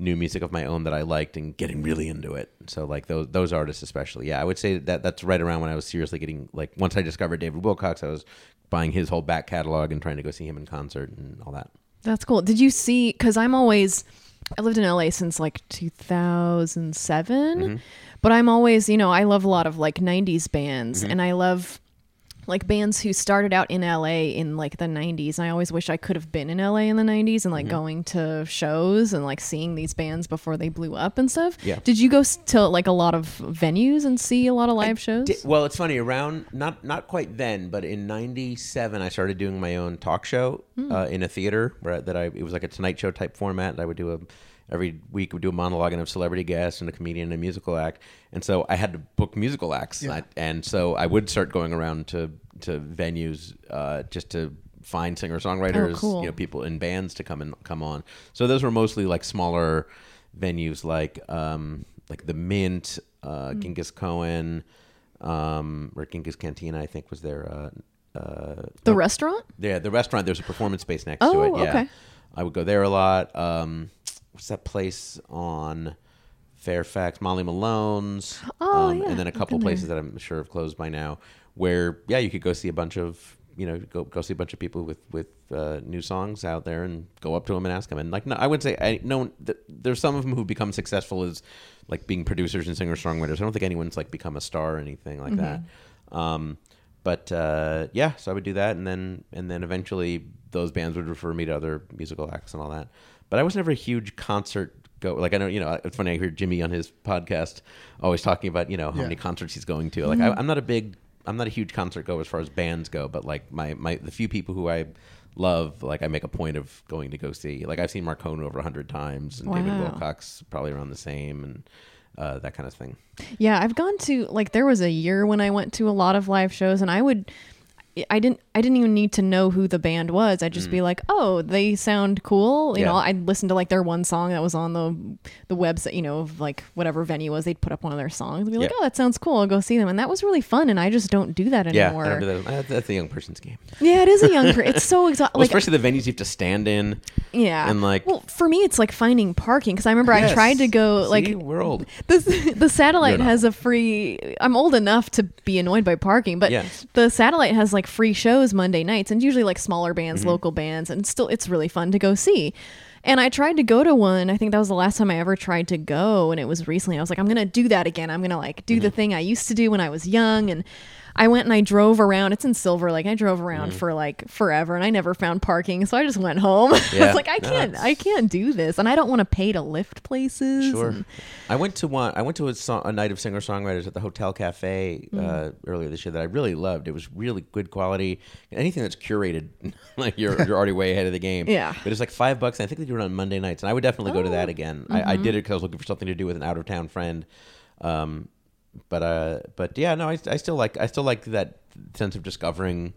[SPEAKER 4] new music of my own that I liked and getting really into it. So like those those artists especially. Yeah, I would say that that's right around when I was seriously getting like once I discovered David Wilcox, I was buying his whole back catalog and trying to go see him in concert and all that.
[SPEAKER 3] That's cool. Did you see? Because I'm always, I lived in LA since like 2007, but I'm always, you know, I love a lot of like 90s bands and I love like bands who started out in LA in like the 90s. And I always wish I could have been in LA in the 90s and like going to shows and like seeing these bands before they blew up and stuff.
[SPEAKER 4] Yeah.
[SPEAKER 3] Did you go s- to like a lot of venues and see a lot of live shows?
[SPEAKER 4] Di- well, it's funny. Around not not quite then, but in '97, I started doing my own talk show
[SPEAKER 3] Hmm.
[SPEAKER 4] uh, in a theater where that I it was like a Tonight Show type format. And I would do a every week would do a monologue and a celebrity guest and a comedian and a musical act. And so I had to book musical acts, and, I- and so I would start going around to to venues uh, just to find singer songwriters,
[SPEAKER 3] Oh, cool.
[SPEAKER 4] you know, people in bands to come and come on. So those were mostly like smaller venues like um, like the Mint, uh,
[SPEAKER 3] Mm.
[SPEAKER 4] Genghis Cohen, um, or Genghis Cantina, I think was their uh,
[SPEAKER 3] the restaurant?
[SPEAKER 4] yeah, the restaurant. There's a performance space next to
[SPEAKER 3] Oh,
[SPEAKER 4] it. Yeah,
[SPEAKER 3] okay.
[SPEAKER 4] I would go there a lot. Um, what's that place on Fairfax? Molly Malone's.
[SPEAKER 3] Oh,
[SPEAKER 4] um,
[SPEAKER 3] yeah,
[SPEAKER 4] And then a
[SPEAKER 3] I've
[SPEAKER 4] couple
[SPEAKER 3] been
[SPEAKER 4] places that I'm sure have closed by now, where yeah, you could go see a bunch of you know go go see a bunch of people with with uh, new songs out there and go up to them and ask them. And like, no, I would say I no. Th- there's some of them who become successful as like being producers and singer songwriters. I don't think anyone's like become a star or anything like that. Um, but uh, yeah, so I would do that, and then and then eventually those bands would refer me to other musical acts and all that. But I was never a huge concert go. Like I know you know it's funny I hear Jimmy on his podcast always talking about you know how
[SPEAKER 2] Yeah.
[SPEAKER 4] many concerts he's going to. Like I,
[SPEAKER 3] Mm-hmm.
[SPEAKER 4] I'm not a big I'm not a huge concert go as far as bands go, but like my my the few people who I love like I make a point of going to go see. Like I've seen Marcone over a hundred times, and David
[SPEAKER 3] Wow.
[SPEAKER 4] Wilcox probably around the same, and uh, that kind of thing.
[SPEAKER 3] Yeah, I've gone to like there was a year when I went to a lot of live shows and I would I didn't I didn't even need to know who the band was. I'd just be like, oh, they sound cool. You
[SPEAKER 4] Mm. Yeah.
[SPEAKER 3] know, I'd listen to like their one song that was on the the website. You know, of like whatever venue was, they'd put up one of their songs and be like,
[SPEAKER 4] Yeah.
[SPEAKER 3] oh, that sounds cool. I'll go see them, and that was really fun. And I just don't do that
[SPEAKER 4] Yeah,
[SPEAKER 3] anymore.
[SPEAKER 4] I don't do that. Uh, That's a young person's game.
[SPEAKER 3] Yeah, it is a young. per- it's so exo-
[SPEAKER 4] Well,
[SPEAKER 3] like
[SPEAKER 4] especially the venues you have to stand in.
[SPEAKER 3] yeah,
[SPEAKER 4] and, like-
[SPEAKER 3] well, for me, it's like finding parking because I remember I
[SPEAKER 2] Yes.
[SPEAKER 3] tried to go
[SPEAKER 4] See,
[SPEAKER 3] like
[SPEAKER 4] we're old.
[SPEAKER 3] the, the satellite
[SPEAKER 4] You're not.
[SPEAKER 3] has a free i'm old enough to be annoyed by parking but
[SPEAKER 4] Yeah.
[SPEAKER 3] the satellite has like free shows monday nights and usually like smaller bands
[SPEAKER 4] Mm-hmm.
[SPEAKER 3] local bands and still it's really fun to go see and i tried to go to one i think that was the last time i ever tried to go and it was recently i was like i'm gonna do that again i'm gonna like do
[SPEAKER 4] Mm-hmm.
[SPEAKER 3] the thing i used to do when i was young and I went and I drove around. It's in Silver Lake. I drove
[SPEAKER 4] Mm.
[SPEAKER 3] around for like forever, and I never found parking, so I just went home. I
[SPEAKER 4] Yeah.
[SPEAKER 3] was like, I
[SPEAKER 4] No,
[SPEAKER 3] can't,
[SPEAKER 4] it's-
[SPEAKER 3] I can't do this, and I don't want to pay to lift places.
[SPEAKER 4] Sure.
[SPEAKER 3] and-
[SPEAKER 4] I went to one. I went to a, song, a night of singer songwriters at the Hotel Cafe
[SPEAKER 3] Mm-hmm.
[SPEAKER 4] uh, earlier this year that I really loved. It was really good quality. Anything that's curated, like you're you're already way ahead of the game.
[SPEAKER 3] Yeah. Oh.
[SPEAKER 4] But it's like five bucks, and I think they do it on Monday nights. And I would definitely go to that again. I, I
[SPEAKER 3] Mm-hmm.
[SPEAKER 4] did it because I was looking for something to do with an out of town friend. Um, but uh, but yeah, no, I, I still like I still like that sense of discovering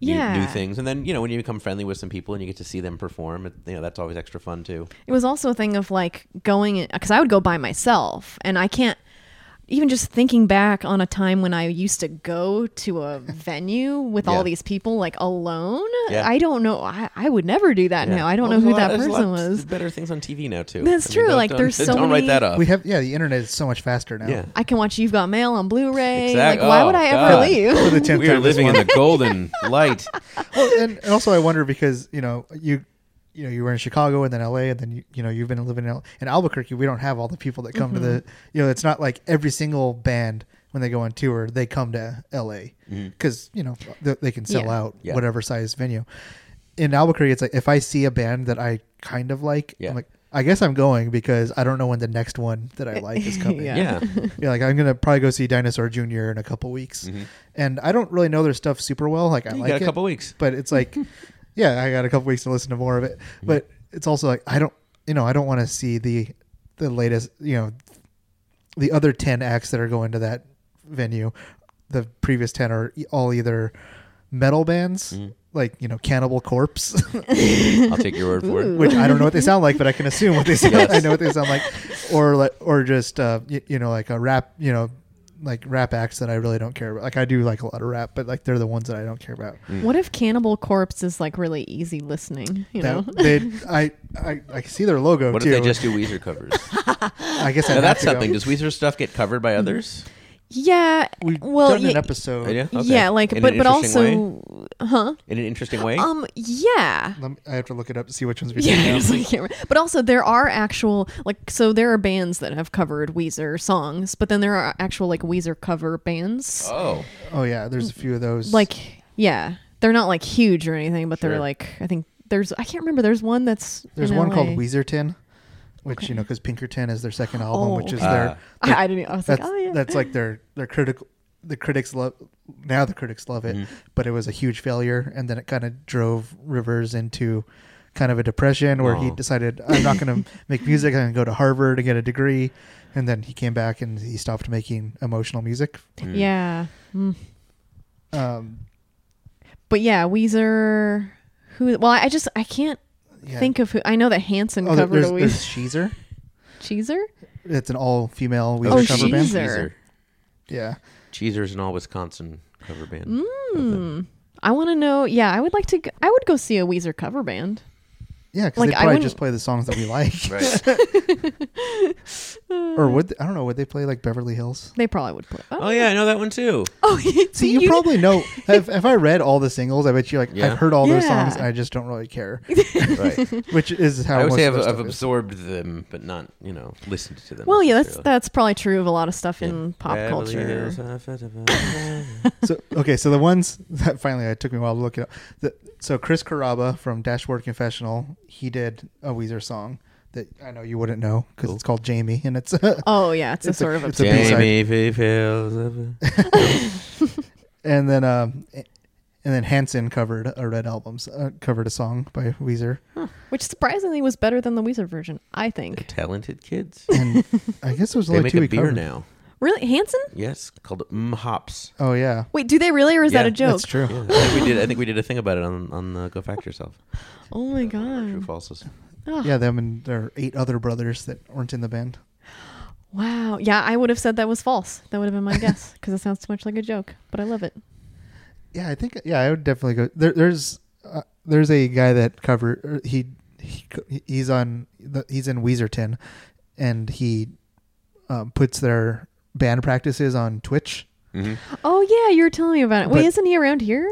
[SPEAKER 4] new- new,
[SPEAKER 3] Yeah.
[SPEAKER 4] things, and then you know when you become friendly with some people and you get to see them perform, it, you know that's always extra fun too.
[SPEAKER 3] It was also a thing of like going because I would go by myself, and I can't even just thinking back on a time when I used to go to a venue with
[SPEAKER 4] Yeah.
[SPEAKER 3] all these people like alone.
[SPEAKER 4] Yeah.
[SPEAKER 3] I don't know. I, I would never do that now. I don't
[SPEAKER 4] Well,
[SPEAKER 3] know who
[SPEAKER 4] there's a lot-
[SPEAKER 3] that
[SPEAKER 4] there's a
[SPEAKER 3] person
[SPEAKER 4] lot s-
[SPEAKER 3] was.
[SPEAKER 4] Better things on TV now too.
[SPEAKER 3] That's true,
[SPEAKER 4] don't-
[SPEAKER 3] like,
[SPEAKER 4] don't-
[SPEAKER 3] there's so
[SPEAKER 4] don't
[SPEAKER 3] many-
[SPEAKER 4] write that up.
[SPEAKER 2] We have yeah, the internet is so much faster now.
[SPEAKER 4] yeah.
[SPEAKER 3] I can watch You've Got Mail on Blu-ray.
[SPEAKER 4] Exact-
[SPEAKER 3] Like, why
[SPEAKER 4] oh,
[SPEAKER 3] would I ever
[SPEAKER 2] For
[SPEAKER 4] God.
[SPEAKER 3] leave?
[SPEAKER 2] the tenth
[SPEAKER 4] We are
[SPEAKER 2] time this
[SPEAKER 4] living in
[SPEAKER 2] month.
[SPEAKER 4] the golden light.
[SPEAKER 2] Well, and, and also I wonder because you know you you know you were in Chicago and then L.A. and then you, you know you've been living in, Al- in Albuquerque. We don't have all the people that come to the you know it's not like every single band when they go on tour they come to L.A. because you know they, they can sell
[SPEAKER 3] Yeah.
[SPEAKER 2] out
[SPEAKER 4] Yeah.
[SPEAKER 2] whatever size venue. In Albuquerque, it's like if I see a band that I kind of like,
[SPEAKER 4] Yeah.
[SPEAKER 2] I'm like. I guess I'm going because I don't know when the next one that I like is coming.
[SPEAKER 3] Yeah.
[SPEAKER 4] Yeah.
[SPEAKER 2] Yeah, like I'm gonna probably go see Dinosaur Jr. in a couple weeks, and I don't really know their stuff super well. Like I
[SPEAKER 4] Mm-hmm. You
[SPEAKER 2] like
[SPEAKER 4] got
[SPEAKER 2] it,
[SPEAKER 4] a couple weeks.
[SPEAKER 2] but it's like, yeah, I got a couple weeks to listen to more of it.
[SPEAKER 4] Mm-hmm.
[SPEAKER 2] But it's also like I don't, you know, I don't want to see the the latest, you know, the other ten acts that are going to that venue. The previous ten are e- all either metal bands,
[SPEAKER 4] Mm-hmm.
[SPEAKER 2] like you know, Cannibal Corpse,
[SPEAKER 4] I'll take your word for it.
[SPEAKER 2] which I don't know what they sound like, but I can assume what they sound. I know what they sound like, or like, or just uh, you, you know, like a rap, you know, like rap acts that I really don't care about. Like I do like a lot of rap, but like they're the ones that I don't care about.
[SPEAKER 4] Mm.
[SPEAKER 3] what if Cannibal Corpse is like really easy listening? You know,
[SPEAKER 2] That, they, I, I, I see their logo
[SPEAKER 4] What
[SPEAKER 2] too.
[SPEAKER 4] if they just do Weezer covers?
[SPEAKER 2] I guess I
[SPEAKER 4] now
[SPEAKER 2] have
[SPEAKER 4] that's
[SPEAKER 2] to go.
[SPEAKER 4] something. Does Weezer stuff get covered
[SPEAKER 3] Mm-hmm.
[SPEAKER 4] by others? Oh,
[SPEAKER 3] yeah.
[SPEAKER 2] We've
[SPEAKER 3] well,
[SPEAKER 2] done an
[SPEAKER 3] yeah,
[SPEAKER 2] episode.
[SPEAKER 4] Yeah. Okay.
[SPEAKER 3] yeah, like,
[SPEAKER 4] In an
[SPEAKER 3] but but also,
[SPEAKER 4] interesting way? in an interesting way.
[SPEAKER 3] um, yeah.
[SPEAKER 2] Let me- I have to look it up to see which ones we
[SPEAKER 3] Yeah,
[SPEAKER 2] did.
[SPEAKER 3] I was like, I can't remember. but also there are actual like so there are bands that have covered Weezer songs, but then there are actual like Weezer cover bands.
[SPEAKER 4] oh,
[SPEAKER 2] Oh yeah, there's a few of those.
[SPEAKER 3] Like yeah, they're not like huge or anything, but
[SPEAKER 4] Sure.
[SPEAKER 3] they're like I think there's I can't remember. There's one that's
[SPEAKER 2] there's
[SPEAKER 3] in
[SPEAKER 2] one
[SPEAKER 3] LA.
[SPEAKER 2] called Weezerton, which you know because Pinkerton is their second album,
[SPEAKER 3] Oh.
[SPEAKER 2] which is
[SPEAKER 3] Ah.
[SPEAKER 2] their
[SPEAKER 3] I, I didn't. I was like,
[SPEAKER 2] that's
[SPEAKER 3] oh yeah,
[SPEAKER 2] that's like their their critical the critics love now the critics love it
[SPEAKER 3] Mm-hmm.
[SPEAKER 2] but it was a huge failure and then it kind of drove rivers into kind of a depression where he
[SPEAKER 4] Oh.
[SPEAKER 2] decided i'm not going to make music i'm going to go to harvard and get a degree and then he came back and he stopped making emotional music
[SPEAKER 4] Hmm.
[SPEAKER 3] yeah. Mm.
[SPEAKER 2] um
[SPEAKER 3] But yeah, Weezer. Who? Well, I just I can't
[SPEAKER 2] yeah.
[SPEAKER 3] think of who. I know that Hanson
[SPEAKER 2] oh, there-
[SPEAKER 3] covered
[SPEAKER 2] there's,
[SPEAKER 3] a
[SPEAKER 2] there's
[SPEAKER 3] Weezer.
[SPEAKER 2] Sheezer.
[SPEAKER 3] Cheezer.
[SPEAKER 2] It's an all-female Weezer
[SPEAKER 3] Oh,
[SPEAKER 2] cover band.
[SPEAKER 3] Sheezer.
[SPEAKER 2] Yeah,
[SPEAKER 4] Cheezer's an all Wisconsin cover band. Mm.
[SPEAKER 3] I want to know. Yeah, I would like to. g- I would go see a Weezer cover band.
[SPEAKER 2] yeah, because
[SPEAKER 3] Like,
[SPEAKER 2] they
[SPEAKER 3] I
[SPEAKER 2] probably
[SPEAKER 3] wouldn't-
[SPEAKER 2] just play the songs that we like,
[SPEAKER 4] Right.
[SPEAKER 2] or would they, I don't know? Would they play like Beverly Hills?
[SPEAKER 3] They probably would play.
[SPEAKER 4] oh yeah, I know that one too.
[SPEAKER 3] Oh,
[SPEAKER 2] See, you, probably know. Have, have I read all the singles? I bet you like
[SPEAKER 4] Yeah.
[SPEAKER 2] I've heard all those
[SPEAKER 3] Yeah.
[SPEAKER 2] songs. And I just don't really care,
[SPEAKER 4] right.
[SPEAKER 2] which is how
[SPEAKER 4] I would
[SPEAKER 2] most
[SPEAKER 4] say
[SPEAKER 2] of
[SPEAKER 4] I've,
[SPEAKER 2] their
[SPEAKER 4] I've
[SPEAKER 2] stuff is.
[SPEAKER 4] absorbed them, but not you know listened to them.
[SPEAKER 3] Well, yeah, that's
[SPEAKER 4] necessarily.
[SPEAKER 3] that's probably true of a lot of stuff in pop
[SPEAKER 4] Beverly
[SPEAKER 3] culture.
[SPEAKER 4] Hills, I felt about-
[SPEAKER 2] So okay, so the ones that finally it took me a while to look it up. The, so Chris Caraba from Dashboard Confessional, he did a Weezer song that I know you wouldn't know because it's called Jamie, and it's
[SPEAKER 3] Oh yeah, it's,
[SPEAKER 2] It's
[SPEAKER 3] a
[SPEAKER 2] a-
[SPEAKER 3] sort of
[SPEAKER 2] it's
[SPEAKER 3] a
[SPEAKER 2] a B-side.
[SPEAKER 4] Jamie Feels.
[SPEAKER 2] and then um and then Hanson covered a Red albums uh, covered a song by Weezer,
[SPEAKER 3] which surprisingly was better than the Weezer version, I think.
[SPEAKER 4] Talented kids.
[SPEAKER 2] and I guess there was
[SPEAKER 4] They
[SPEAKER 2] only
[SPEAKER 4] make
[SPEAKER 2] two
[SPEAKER 4] a
[SPEAKER 2] we
[SPEAKER 4] beer
[SPEAKER 2] covered.
[SPEAKER 4] now.
[SPEAKER 3] Really, Hanson?
[SPEAKER 4] Yes, called Mm Hops.
[SPEAKER 2] Oh yeah,
[SPEAKER 3] Wait, do they really, or is that
[SPEAKER 4] Yeah,
[SPEAKER 3] a joke?
[SPEAKER 2] that's true.
[SPEAKER 4] Yeah, I think we did. I think we did a thing about it on on uh, Go Fact Yourself.
[SPEAKER 3] Oh my
[SPEAKER 4] True
[SPEAKER 2] Hmm.
[SPEAKER 3] god!
[SPEAKER 4] falses.
[SPEAKER 2] Yeah, them and their eight other brothers that weren't in the band.
[SPEAKER 3] Wow. Yeah, I would have said that was false. That would have been my guess because it sounds too much like a joke. But I love it.
[SPEAKER 2] Yeah, I think yeah, I would definitely go. There, there's uh, there's a guy that cover er, he, he co- he's on the, he's in Weezerton, and he um, puts their band practices on Twitch.
[SPEAKER 3] Oh yeah, you were telling me about it. Wait,
[SPEAKER 2] But-
[SPEAKER 3] isn't he around here?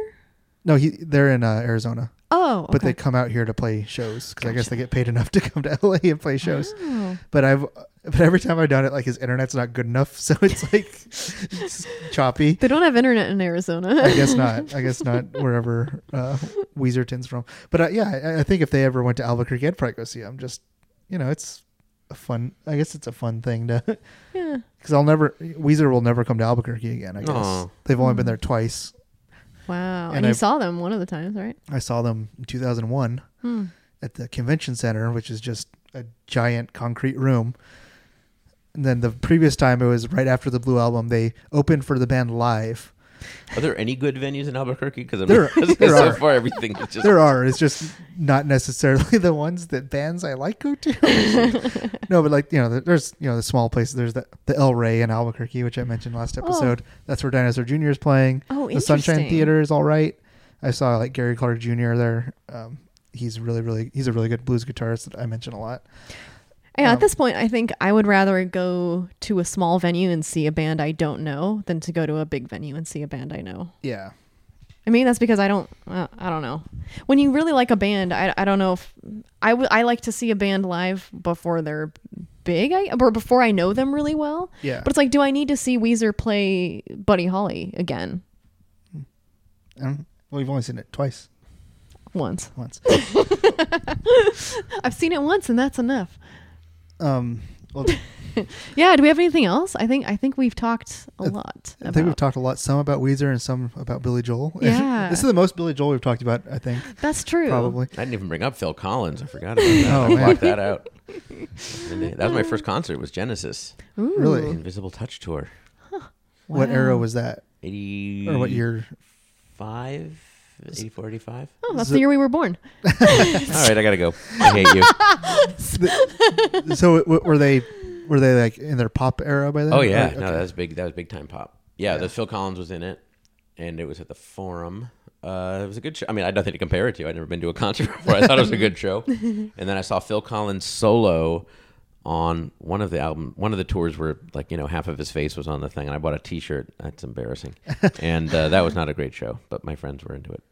[SPEAKER 2] No, he they're in uh, Arizona,
[SPEAKER 3] Oh,
[SPEAKER 2] but
[SPEAKER 3] okay.
[SPEAKER 2] they come out here to play shows because I guess they get paid enough to come to LA and play shows.
[SPEAKER 3] Oh.
[SPEAKER 2] But I've but every time I've done it, like his internet's not good enough, so it's like it's choppy.
[SPEAKER 3] They don't have internet in Arizona.
[SPEAKER 2] I guess not. I guess not wherever uh, Weezerton's from. But uh, yeah, I, I think if they ever went to Albuquerque, I'd probably go see them. Just you know, it's a fun. I guess it's a fun thing to.
[SPEAKER 3] yeah.
[SPEAKER 2] Because I'll never Weezer will never come to Albuquerque again. I guess
[SPEAKER 4] Aw.
[SPEAKER 2] they've only been there twice.
[SPEAKER 3] Wow. And,
[SPEAKER 2] And
[SPEAKER 3] you
[SPEAKER 2] I've-
[SPEAKER 3] saw them one of the times, right?
[SPEAKER 2] I saw them in 2001 at the convention center, which is just a giant concrete room. And then the previous time it was right after the Blue Album. They opened for the band live.
[SPEAKER 4] Are there any good venues in Albuquerque? Because
[SPEAKER 2] There- there
[SPEAKER 4] so
[SPEAKER 2] are.
[SPEAKER 4] far everything is just
[SPEAKER 2] There are. It's just not necessarily the ones that bands I like go to. no, but like you know, there- there's you know the small places. There's the the El Rey in Albuquerque, which I mentioned last episode. That's where Dinosaur Jr. is playing.
[SPEAKER 3] Oh,
[SPEAKER 2] The Sunshine
[SPEAKER 3] interesting.
[SPEAKER 2] Theater is all right. I saw like Gary Clark Jr. there. Um, he's really, really, he's a really good blues guitarist that I mention a lot.
[SPEAKER 3] Yeah,
[SPEAKER 2] Um,
[SPEAKER 3] at this point, I think I would rather go to a small venue and see a band I don't know than to go to a big venue and see a band I know.
[SPEAKER 2] Yeah,
[SPEAKER 3] I mean, that's because I don't, uh, I don't know. When you really like a band, I, I don't know if I would- I like to see a band live before they're big, I, or before I know them really well.
[SPEAKER 2] Yeah.
[SPEAKER 3] But it's like, do I need to see Weezer play Buddy Holly again
[SPEAKER 2] um, well, you've only seen it twice.
[SPEAKER 3] once?
[SPEAKER 2] Once.
[SPEAKER 3] I've seen it once, and that's enough.
[SPEAKER 2] Um, well,
[SPEAKER 3] Yeah. Do we have anything else? I think I think we've talked a lot.
[SPEAKER 2] I think we've
[SPEAKER 3] about-
[SPEAKER 2] talked a lot, some about Weezer and some about Billy Joel.
[SPEAKER 3] Yeah.
[SPEAKER 2] this is the most Billy Joel we've talked about, I think,
[SPEAKER 3] That's true.
[SPEAKER 2] probably.
[SPEAKER 4] I didn't even bring up Phil Collins. I forgot about that.
[SPEAKER 2] Oh,
[SPEAKER 4] I
[SPEAKER 2] man.
[SPEAKER 4] blocked that out. uh, That was my first concert. Was Genesis
[SPEAKER 2] Really?
[SPEAKER 4] The Invisible Touch tour?
[SPEAKER 2] What era was that?
[SPEAKER 4] Eighty
[SPEAKER 2] Or what year?
[SPEAKER 4] Five. 84, 85?
[SPEAKER 3] Oh, that's the year we were born.
[SPEAKER 4] All right, I gotta go. I hate you.
[SPEAKER 2] so w- were they were they like in their pop era by then?
[SPEAKER 4] Oh yeah,
[SPEAKER 2] Or-
[SPEAKER 4] no,
[SPEAKER 2] okay.
[SPEAKER 4] that was big. That was big time pop. Yeah, the Phil Collins was in it, and it was at the Forum. Uh, it was a good show. I mean, I had nothing to compare it to. I'd never been to a concert before. I thought it was a good show, and then I saw Phil Collins solo on one of the album, one of the tours where like you know half of his face was on the thing, and I bought a T-shirt. That's embarrassing, and uh, that was not a great show. But my friends were into it.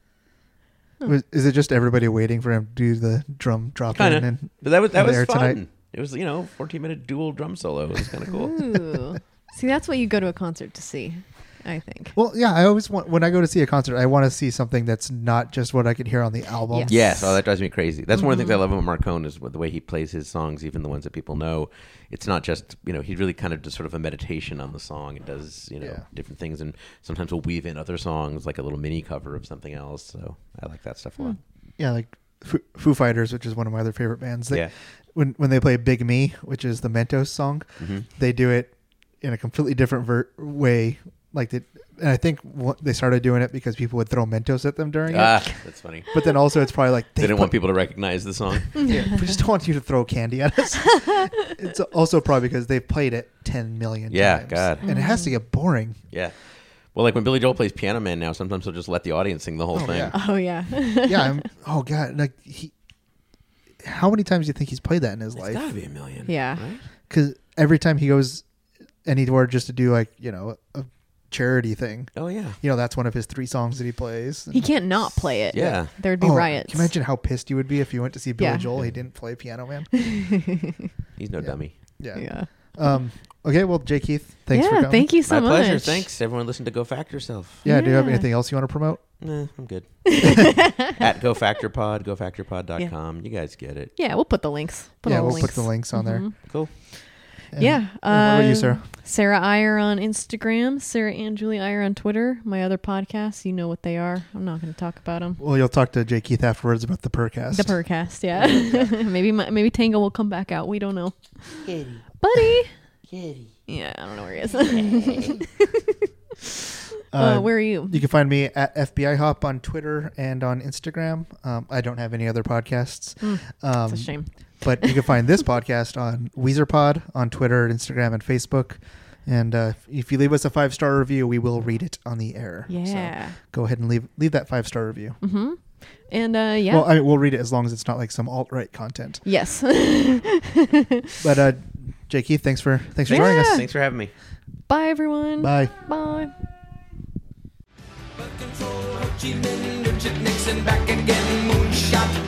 [SPEAKER 2] Was- is it just everybody waiting for him to do the drum drop
[SPEAKER 4] Kind
[SPEAKER 2] in? And
[SPEAKER 4] of, but that was that
[SPEAKER 2] and
[SPEAKER 4] was
[SPEAKER 2] there
[SPEAKER 4] fun.
[SPEAKER 2] tonight?
[SPEAKER 4] It was you know 14 minute dual drum solo. It was kind of cool.
[SPEAKER 3] Ooh. see, that's what you go to a concert to see. I think.
[SPEAKER 2] Well, yeah, I always want when I go to see a concert, I want to see something that's not just what I can hear on the album.
[SPEAKER 3] Yes.
[SPEAKER 4] Yes. Oh, that drives me crazy. That's one of the things I love about
[SPEAKER 2] Mm-hmm.
[SPEAKER 4] Marcone is the way he plays his songs, even the ones that people know. It's not just you know he really kind of does sort of a meditation on the song and does you know
[SPEAKER 2] Yeah.
[SPEAKER 4] different things and sometimes will weave in other songs like a little mini cover of something else. So I like that stuff a
[SPEAKER 2] Hmm.
[SPEAKER 4] lot.
[SPEAKER 2] Yeah, like Foo, Foo Fighters, which is one of my other favorite bands. They,
[SPEAKER 4] Yeah.
[SPEAKER 2] When when they play Big Me, which is the Mentos song,
[SPEAKER 4] Mm-hmm.
[SPEAKER 2] they do it in a completely different ver- way. Like they, and I think what, they started doing it because people would throw Mentos at them during it.
[SPEAKER 4] Ah, that's funny.
[SPEAKER 2] But then also, it's probably like
[SPEAKER 4] They didn't
[SPEAKER 2] put-
[SPEAKER 4] want people to recognize the song.
[SPEAKER 2] Yeah, we just don't want you to throw candy at us. it's also probably because they've played it 10 million
[SPEAKER 4] Yeah,
[SPEAKER 2] times.
[SPEAKER 4] God.
[SPEAKER 2] And it has
[SPEAKER 3] Mm.
[SPEAKER 2] to get boring.
[SPEAKER 4] yeah. Well, like when Billy Joel plays Piano Man now, sometimes he'll just let the audience sing the whole thing.
[SPEAKER 2] yeah.
[SPEAKER 3] Oh yeah.
[SPEAKER 2] Yeah, I'm, oh, God. Like, he, how many times do you think he's played that in his
[SPEAKER 4] It's
[SPEAKER 2] life?
[SPEAKER 4] gotta be a million.
[SPEAKER 3] Yeah.
[SPEAKER 4] right?
[SPEAKER 2] Because every time he goes anywhere just to do, like, you know, a charity thing,
[SPEAKER 4] Oh yeah.
[SPEAKER 2] you know, that's one of his three songs that he plays.
[SPEAKER 3] he can't not play it.
[SPEAKER 4] Yeah.
[SPEAKER 3] There'd be
[SPEAKER 2] Oh,
[SPEAKER 3] riots.
[SPEAKER 2] Can you imagine how pissed you would be if you went to see Billy
[SPEAKER 3] Yeah.
[SPEAKER 2] Joel? He didn't play Piano Man.
[SPEAKER 4] He's no dummy.
[SPEAKER 2] Yeah.
[SPEAKER 3] Yeah.
[SPEAKER 2] Um, okay, well, Jay Keith, thanks for
[SPEAKER 3] yeah.
[SPEAKER 2] coming.
[SPEAKER 3] Thank you so
[SPEAKER 4] My
[SPEAKER 3] much.
[SPEAKER 4] pleasure. Thanks everyone. Listen to Go Fact Yourself.
[SPEAKER 2] Yeah, do you have
[SPEAKER 3] Yeah.
[SPEAKER 2] anything else you want to promote?
[SPEAKER 4] Nah, I'm good. At GoFactorPod, GoFactorPod.com. You guys get it.
[SPEAKER 3] Yeah, we'll put the links. Put
[SPEAKER 2] yeah,
[SPEAKER 3] all
[SPEAKER 2] we'll
[SPEAKER 3] links. Mm-hmm.
[SPEAKER 2] put the links on there.
[SPEAKER 4] Cool.
[SPEAKER 2] And-
[SPEAKER 3] yeah.
[SPEAKER 2] and what about you,
[SPEAKER 3] uh,
[SPEAKER 2] Sarah?
[SPEAKER 3] Sarah Iyer on Instagram. Sarah and Julie Iyer on Twitter. My other podcasts, you know what they are. I'm not going to talk about them.
[SPEAKER 2] Well, you'll talk to Jay Keith afterwards about the Percast.
[SPEAKER 3] The Percast, yeah. maybe my, maybe Tango will come back out. We don't know. Buddy. Yeah, I don't know where he is.
[SPEAKER 2] Um,
[SPEAKER 3] uh, where are you?
[SPEAKER 2] You can find me at FBI Hop on Twitter and on Instagram. Um, I don't have any other podcasts. Um,
[SPEAKER 3] It's Hmm. a shame.
[SPEAKER 2] but you can find this podcast on Weezer Pod on Twitter, Instagram, and Facebook. And uh, if you leave us a five star review, we will read it on the air. So
[SPEAKER 3] Yeah. Mm-hmm.
[SPEAKER 2] go ahead and leave leave that five star review.
[SPEAKER 3] And uh, yeah.
[SPEAKER 2] Well, I mean, we'll read it as long as it's not like some alt right content.
[SPEAKER 3] yes.
[SPEAKER 2] But uh, Jake Keith, thanks for thanks for joining us.
[SPEAKER 3] Yeah.
[SPEAKER 4] Thanks for having me.
[SPEAKER 3] Bye, everyone.
[SPEAKER 2] Bye.
[SPEAKER 3] Bye.
[SPEAKER 7] Birth control, Ho Chi Minh, Richard Nixon back again, moonshot.